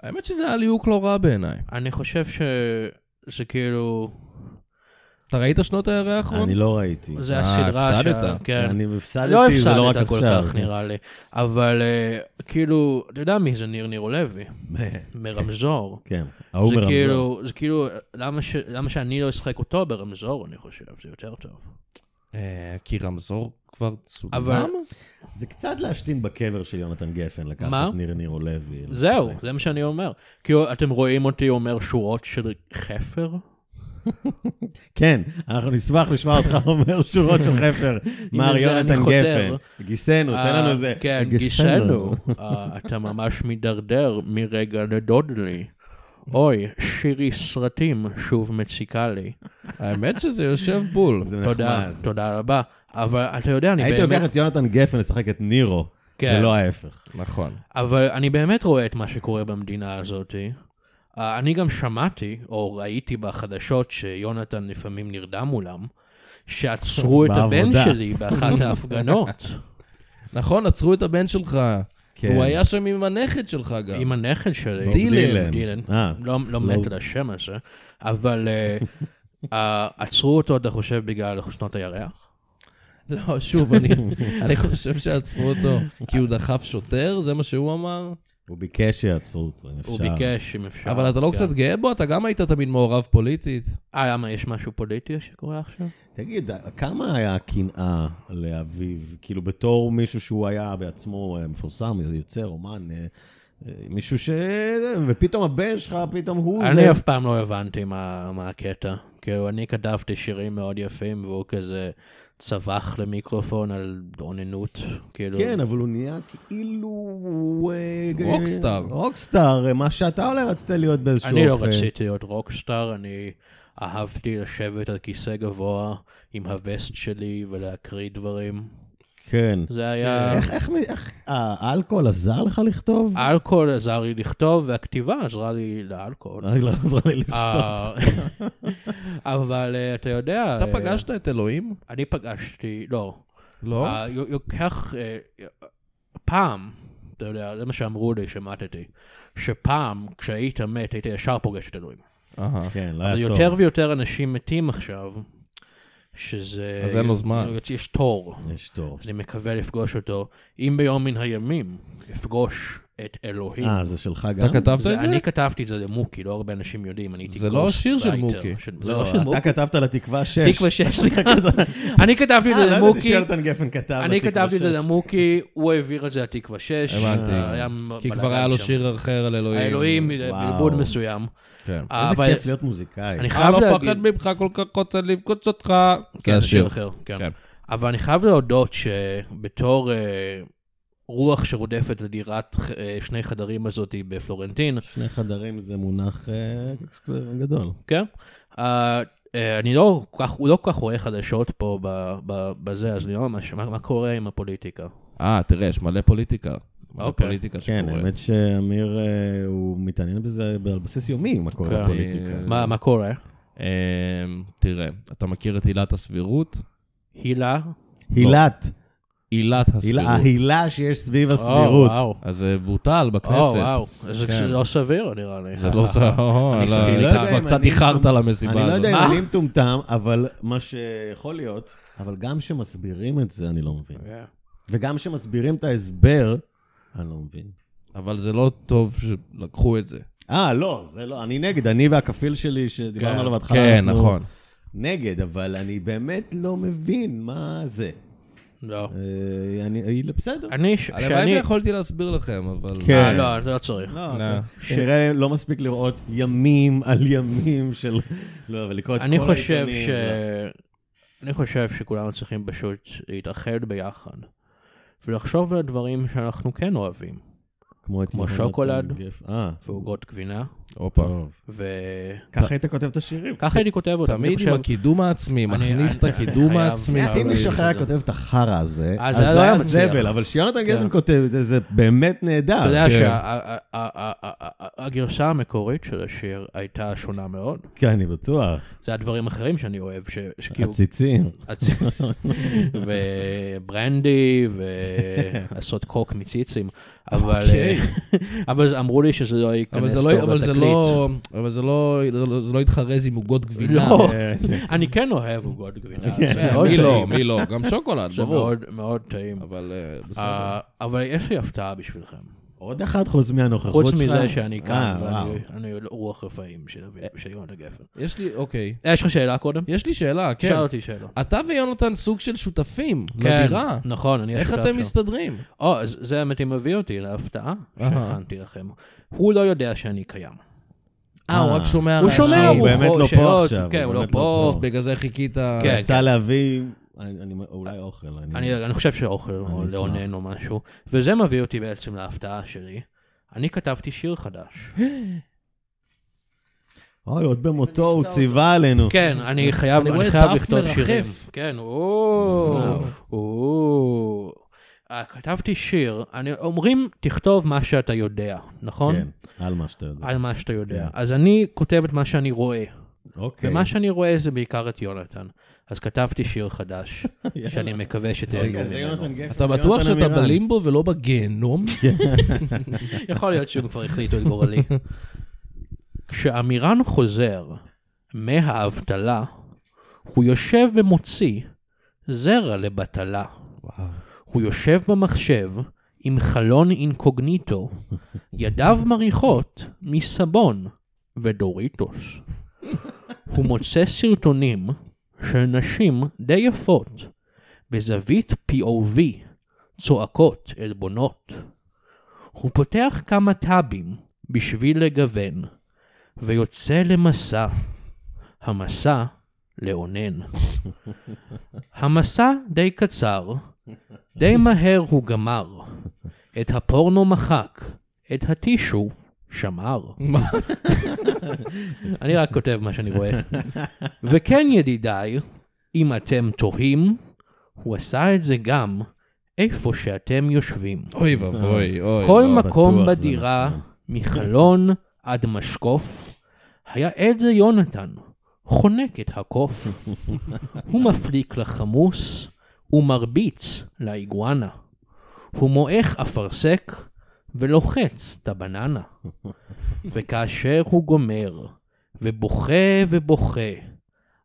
האמת שזה היה ליהוק לא רע בעיניי. אני חושב שזה כאילו... אתה ראית שנות הירח? רון? אני לא ראיתי. זה אה, הסדרה הפסדת. שה- כן. אני הפסדתי, לא זה לא רק הפסדת כל עכשיו. כך, נראה לי. אבל אה, כאילו, אתה יודע מי זה ניר נירו לוי? מרמזור. כן, ההוא זה מרמזור. כאילו, זה כאילו, למה ש- למה שאני לא אשחק אותו ברמזור, אני חושב, זה יותר טוב. אה, כי רמזור כבר צולם? אבל- זה קצת להשתין בקבר של יונתן גפן, לקחת מה? את ניר נירו לוי. זהו, לשחק. זה מה שאני אומר. כאילו, אתם רואים אותי אומר שורות של חפר? כן, אנחנו נשמח לשמוע אותך אומר שורות של חפר, מר זה אני יונתן חותר. גפן. גיסנו, תן לנו אה, איזה... לא. כן, גיסנו. אה, אתה ממש מידרדר מרגע לדוד לי. אוי, שירי סרטים שוב מציקה לי. האמת שזה יושב בול. זה תודה, נחמד. תודה רבה. אבל אתה יודע, אני הייתי לוקח באמת... את יונתן גפן לשחק את נירו, כן. ולא ההפך. נכון. אבל אני באמת רואה את מה שקורה במדינה הזאת. אה, אני גם שמעתי, או ראיתי בחדשות, שיונתן לפעמים נרדם מולם, שעצרו את הבן בעבודה. שלי באחת ההפגנות. לא. נכון, עצרו את הבן שלך. כן. הוא היה שם עם הנכד שלך גם. עם הנכד שלי. לא, דילן. דילן. אה, לא, לא מת על השם הזה, אבל אה, אה, עצרו אותו, אתה חושב, בגלל שנות הירח? לא, שוב, אני, אני חושב שעצרו אותו כי הוא דחף שוטר, זה מה שהוא אמר? הוא ביקש שיעצרו אותו, אם אפשר. הוא ביקש, אם אפשר. אבל אתה לא כן. קצת גאה בו? אתה גם היית תמיד מעורב פוליטית. אה, למה, יש משהו פוליטי שקורה עכשיו? תגיד, כמה היה קנאה לאביו? כאילו, בתור מישהו שהוא היה בעצמו אה, מפורסם, יוצר, אומן, אה, אה, מישהו ש... ופתאום הבן שלך, פתאום הוא זה. אני אף פעם לא הבנתי מה מה הקטע. כאילו, אני כתבתי שירים מאוד יפים, והוא כזה צווח למיקרופון על אוננות. לא. כאילו... כן, אבל הוא נהיה כאילו... הוא, אה, רוקסטאר. רוקסטאר, אה, מה שאתה אולי רצית להיות באיזשהו אני לא רציתי להיות רוקסטאר, אני אהבתי לשבת על כיסא גבוה עם הווסט שלי ולהקריא דברים. כן. זה אה, היה... איך- איך מ- איך אה, האלכוהול עזר לך לכתוב? האלכוהול עזר לי לכתוב, והכתיבה עזרה לי לאלכוהול. רק לא עזרה לי לשתות. אה, אבל אה, אתה יודע... אתה אה, פגשת את אלוהים? אני פגשתי, לא. לא? אה, י- לוקח, אה, פעם, אתה יודע, זה מה שאמרו לי, שמטתי, שפעם, כשהיית מת, היית ישר פוגש את אלוהים. אהה. כן, לא אבל היה טוב. יותר ויותר אנשים מתים עכשיו, שזה... אז אין לו זמן. יוצא- יש תור, יש תור. אז אני מקווה לפגוש אותו. אם ביום מן הימים אפגוש את אלוהים. אה, זה שלך גם? אתה כתבת זה- את זה? אני כתבתי את זה למוקי, לא הרבה אנשים יודעים, אני הייתי זה לא גוסט השיר של רייטר. מוקי. של- זה לא, לא של מוקי. אתה כתבת לתקווה 6. תקווה שש. אני כתבתי את אה, זה לא ידעתי למוקי. שיונתן גפן כתב לתקווה 6. אני כתבתי את זה למוקי, הוא העביר את זה לתקווה אה, 6. הבנתי. כי כבר היה לו שיר אחר על אלוהים. האלוהים, בלבוד אה, מסוים. אה, כן. אה, איזה אבל כיף להיות מוזיקאי. אני אני חייב לא להגיד... מפחד ממך, כל כך רוצה לבקוץ אותך. כן, זה זה שיר השיר. אחר, כן. כן. אבל אני חייב להודות שבתור אה, רוח שרודפת לדירת אה, שני חדרים הזאתי בפלורנטין, שני חדרים זה מונח אה, גדול. כן? אה, אה, אני לא כל כך, הוא לא כל כך רואה חדשות פה ב- ב- בזה, אז אני לא ממש, מה מה קורה עם הפוליטיקה? אה, תראה, יש מלא פוליטיקה. מלא אוקיי. פוליטיקה כן, שקורית. האמת שאמיר, אה, הוא מתעניין בזה על בסיס יומי, מה כן. קורה בפוליטיקה. מה מה קורה? אמ, תראה, אתה מכיר את עילת הסבירות? הילה? הילת, עילת הילה- הסבירות. ההילה שיש סביב לא, או, הסבירות. אה, וואו. אז זה בוטל או, בכנסת. וואו. זה כן. לא סביר, נראה לי. אה, זה לא זה, או, אני לא, סטילי, אתה לא יודע כבר אם קצת אני- איחרת למסיבה אני לא הזאת. יודע אם מה? אני מטומטם, אבל מה שיכול להיות, אבל גם כשמסבירים את זה, אני לא מבין. כן. וגם כשמסבירים את ההסבר, אני לא מבין. אבל זה לא טוב שלקחו את זה. אה, לא, זה לא, אני נגד, אני והכפיל שלי כן, שדיברנו עליו בהתחלה, כן, אנחנו נכון. נגד, אבל אני באמת לא מבין מה זה. לא. אה, אני, היא- בסדר. אני, ש- הלוואי שאני... ויכולתי להסביר לכם, אבל... כן. אה, לא, לא צריך. לא, לא. אתה כנראה לא מספיק לראות ימים על ימים של... לא, אבל לקרוא את כל אני חושב העיתונים, ש... זה- אני חושב שכולנו צריכים פשוט להתאחד ביחד ולחשוב על הדברים שאנחנו כן אוהבים, כמו את כמו יונתן שוקולד. גפ- אה, ועוגות גבינה, הופה. טוב. וככה ככה היית כותב את אה, השירים. הייתי כותב אותם. אני תמיד חושב- עם הקידום העצמי, אני- מכניס את אני- אני הקידום חייב- העצמי. אה, אם מישהו אבל- אחר היה כותב את החרא הזה, אה, אז זה זה לא היה היה מצליח. זבל, אבל שיונתן גפן כן. כותב את זה, זה באמת אתה נהדר. יודע כן. שהגרסה המקורית של השיר הייתה שונה מאוד. כן, אני בטוח. זה הדברים אחרים שאני אוהב, ש- שכאילו... הציצים. הצ- וברנדי, ולעשות קוק מציצים, אבל אה, אוקיי. אבל אמרו לי שזה לא אבל ייכנס זה טוב לא- לתקליט. אבל זה לא... אבל זה לא... זה לא התחרז עם עוגות גבינה. לא, אני כן אוהב עוגות גבינה, זה כן, מאוד מי לא? טעים, מי לא? גם שוקולד, זה ברור. מאוד- מאוד טעים. אבל אה, בסדר. אה, אבל יש לי הפתעה בשבילכם. עוד אחת חוץ מהנוכחות חוץ שלך. מזה שאני כאן, אה, וואו. ואני אני רוח רפאים של אבי- של יונתן גפן. יש לי, אוקיי. אה, יש לך שאלה קודם? יש לי שאלה, כן. שאל אותי שאלה. אתה ויונתן סוג של שותפים כן, לדירה. נכון, אני איך השותף אתם שלו. מסתדרים? או, אז זה האמת היא מביא אותי להפתעה אהה. שהכנתי לכם. הוא לא יודע שאני קיים. אה, הוא אה. רק שומע הוא רעשים. שומע, הוא באמת יכול- לא פה שאלות, עכשיו, כן, הוא הוא לא באמת לא פה. פה. אז בגלל זה חיכית... כן, רצה להביא, אני- אני- אולי אוכל. אני אני חושב שאוכל או אשמח. לאונן או משהו. וזה מביא אותי בעצם להפתעה שלי. אני כתבתי שיר חדש. אוקיי. אוי, עוד במותו הוא ציווה עלינו. כן, אני חייב, אני אני רואה חייב דף לכתוב מרחף. שירים. כן, או... או... אה, כתבתי שיר, אני, אומרים, תכתוב מה שאתה יודע, נכון? כן, על מה שאתה יודע. על מה שאתה יודע. אז אני כותב את מה שאני רואה. אוקיי. ומה שאני רואה זה בעיקר את יונתן. אז כתבתי שיר חדש, שאני מקווה שתהנו רגע, זה ממנו. יונתן גפן. אתה ויונתן בטוח שאתה עמירן. בלימבו ולא בגיהנום? יכול להיות שהם כבר החליטו את גורלי. כשאמירן חוזר מהאבטלה, הוא יושב ומוציא זרע לבטלה. הוא יושב במחשב עם חלון אינקוגניטו, ידיו מריחות מסבון ודוריטוס. הוא מוצא סרטונים של נשים די יפות, בזווית POV, צועקות, עלבונות. הוא פותח כמה טאבים בשביל לגוון, ויוצא למסע. המסע לאונן. המסע די קצר, די מהר הוא גמר. את הפורנו מחק, את הטישו שמר. אני רק כותב מה שאני רואה. וכן, ידידיי, אם אתם תוהים, הוא עשה את זה גם איפה שאתם יושבים. אוי ואבוי, אוי. כל ואבוי. מקום לא, בטוח, זה לא נכון. בדירה, מחלון עד משקוף, היה עד ליונתן, חונק את הקוף. הוא מפליק לחמוס, ומרביץ לאיגואנה. הוא מועך אפרסק, ולוחץ את הבננה. וכאשר הוא גומר, ובוכה ובוכה,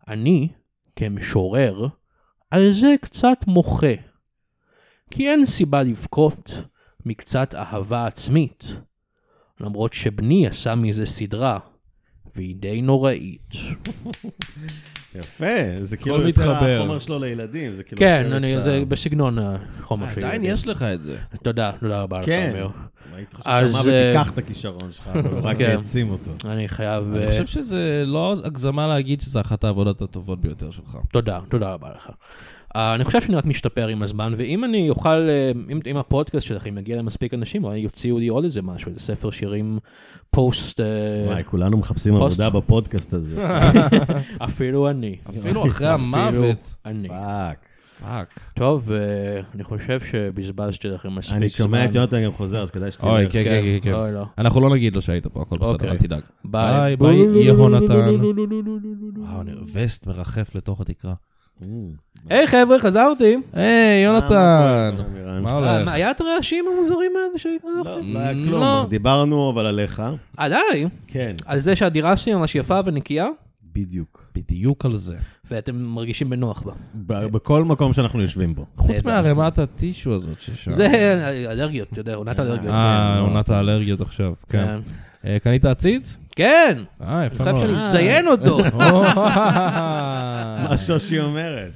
אני, כמשורר, על זה קצת מוחה. כי אין סיבה לבכות מקצת אהבה עצמית, למרות שבני עשה מזה סדרה, והיא די נוראית. יפה, זה כאילו הכל יותר מתחבר. החומר שלו לילדים, זה כאילו... כן, יותר אני, סע- זה בסגנון החומר שלי. עדיין יש לך את זה. תודה, תודה רבה לך, כן. אמיר. הייתי חושב אז, שהמוות אה, ייקח את הכישרון שלך, אבל הוא רק כן. העצים אותו. אני חייב... אני אה, חושב שזה לא הגזמה להגיד שזו אחת העבודות הטובות ביותר שלך. תודה, תודה רבה לך. Uh, אני חושב שאני רק משתפר עם הזמן, ואם אני אוכל, uh, אם, אם הפודקאסט שלכם יגיע למספיק אנשים, אולי יוציאו לי עוד איזה משהו, איזה ספר שירים פוסט, uh, וואי, כולנו מחפשים פוסט- עבודה בפודקאסט הזה. אפילו אני. אפילו אחרי המוות. אני. פאק. פאק. טוב, אה, אני חושב שבזבזתי לכם מספיק זמן. אני שומע את יונתן גם חוזר, אז כדאי שתהיה... אוי, כן, כן, כן, כן. אוי, לא. אנחנו לא נגיד לו שהיית פה, הכל בסדר, אוקיי. אל תדאג. ביי. ביי, ביי, יהונתן. וואו, אני- וסט מרחף לתוך התקרה. Mm. היי חבר'ה, חזרתי. היי, יונתן! מה קורה, אמירן? לא. מה אה, הולך? מה, היה את הרעשים המוזרים האלה שהתנדחתי? לא היה לא. כלום, דיברנו אבל עליך. עליי. כן, על זה שהדירה שלי ממש יפה ונקייה, בדיוק. בדיוק על זה. ואתם מרגישים בנוח בה. ב- בכל מקום שאנחנו יושבים בו. חוץ בסדר. מערימת הטישו הזאת ששם. זה אלרגיות, אתה יודע, עונת האלרגיות. אה, לא? עונת האלרגיות עכשיו, כן. אוקיי. אה, קנית עציץ? כן, אה, יפה עכשיו מאוד. שאני אציין אותו. אה. מה שושי אומרת.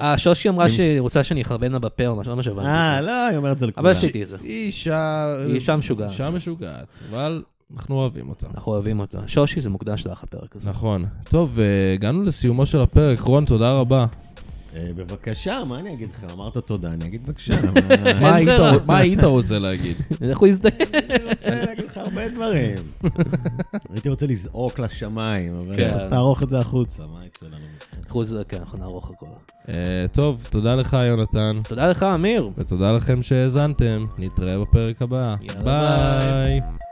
אה, שושי אמרה שהיא רוצה שאני אחרבן לה בפה או משהו, לא מה שהבנתי. אה, לא, היא אומרת את זה לכולם. אבל עשיתי את זה. היא אישה... היא אישה משוגעת. אישה משוגעת, אבל אנחנו אוהבים אותה. אנחנו אוהבים אותה. שושי זה מוקדש לך הפרק הזה. נכון. טוב, אה, הגענו לסיומו של הפרק. רון, תודה רבה. אה, בבקשה, מה אני אגיד לך? אמרת תודה, אני אגיד בבקשה. מה היית ברירה. רוצ- מה היית רוצה להגיד? אנחנו נזדהה. רוצה להגיד לך הרבה דברים. הייתי רוצה לזעוק לשמיים, אבל כן. אתה תערוך את זה החוצה, מה יצא לנו מזה? אנחנו נזדהה, כן, אנחנו נערוך הכל. אה, טוב, תודה לך, יונתן, תודה לך, אמיר. ותודה לכם שהאזנתם. נתראה בפרק הבא. יאללה, ביי. ביי.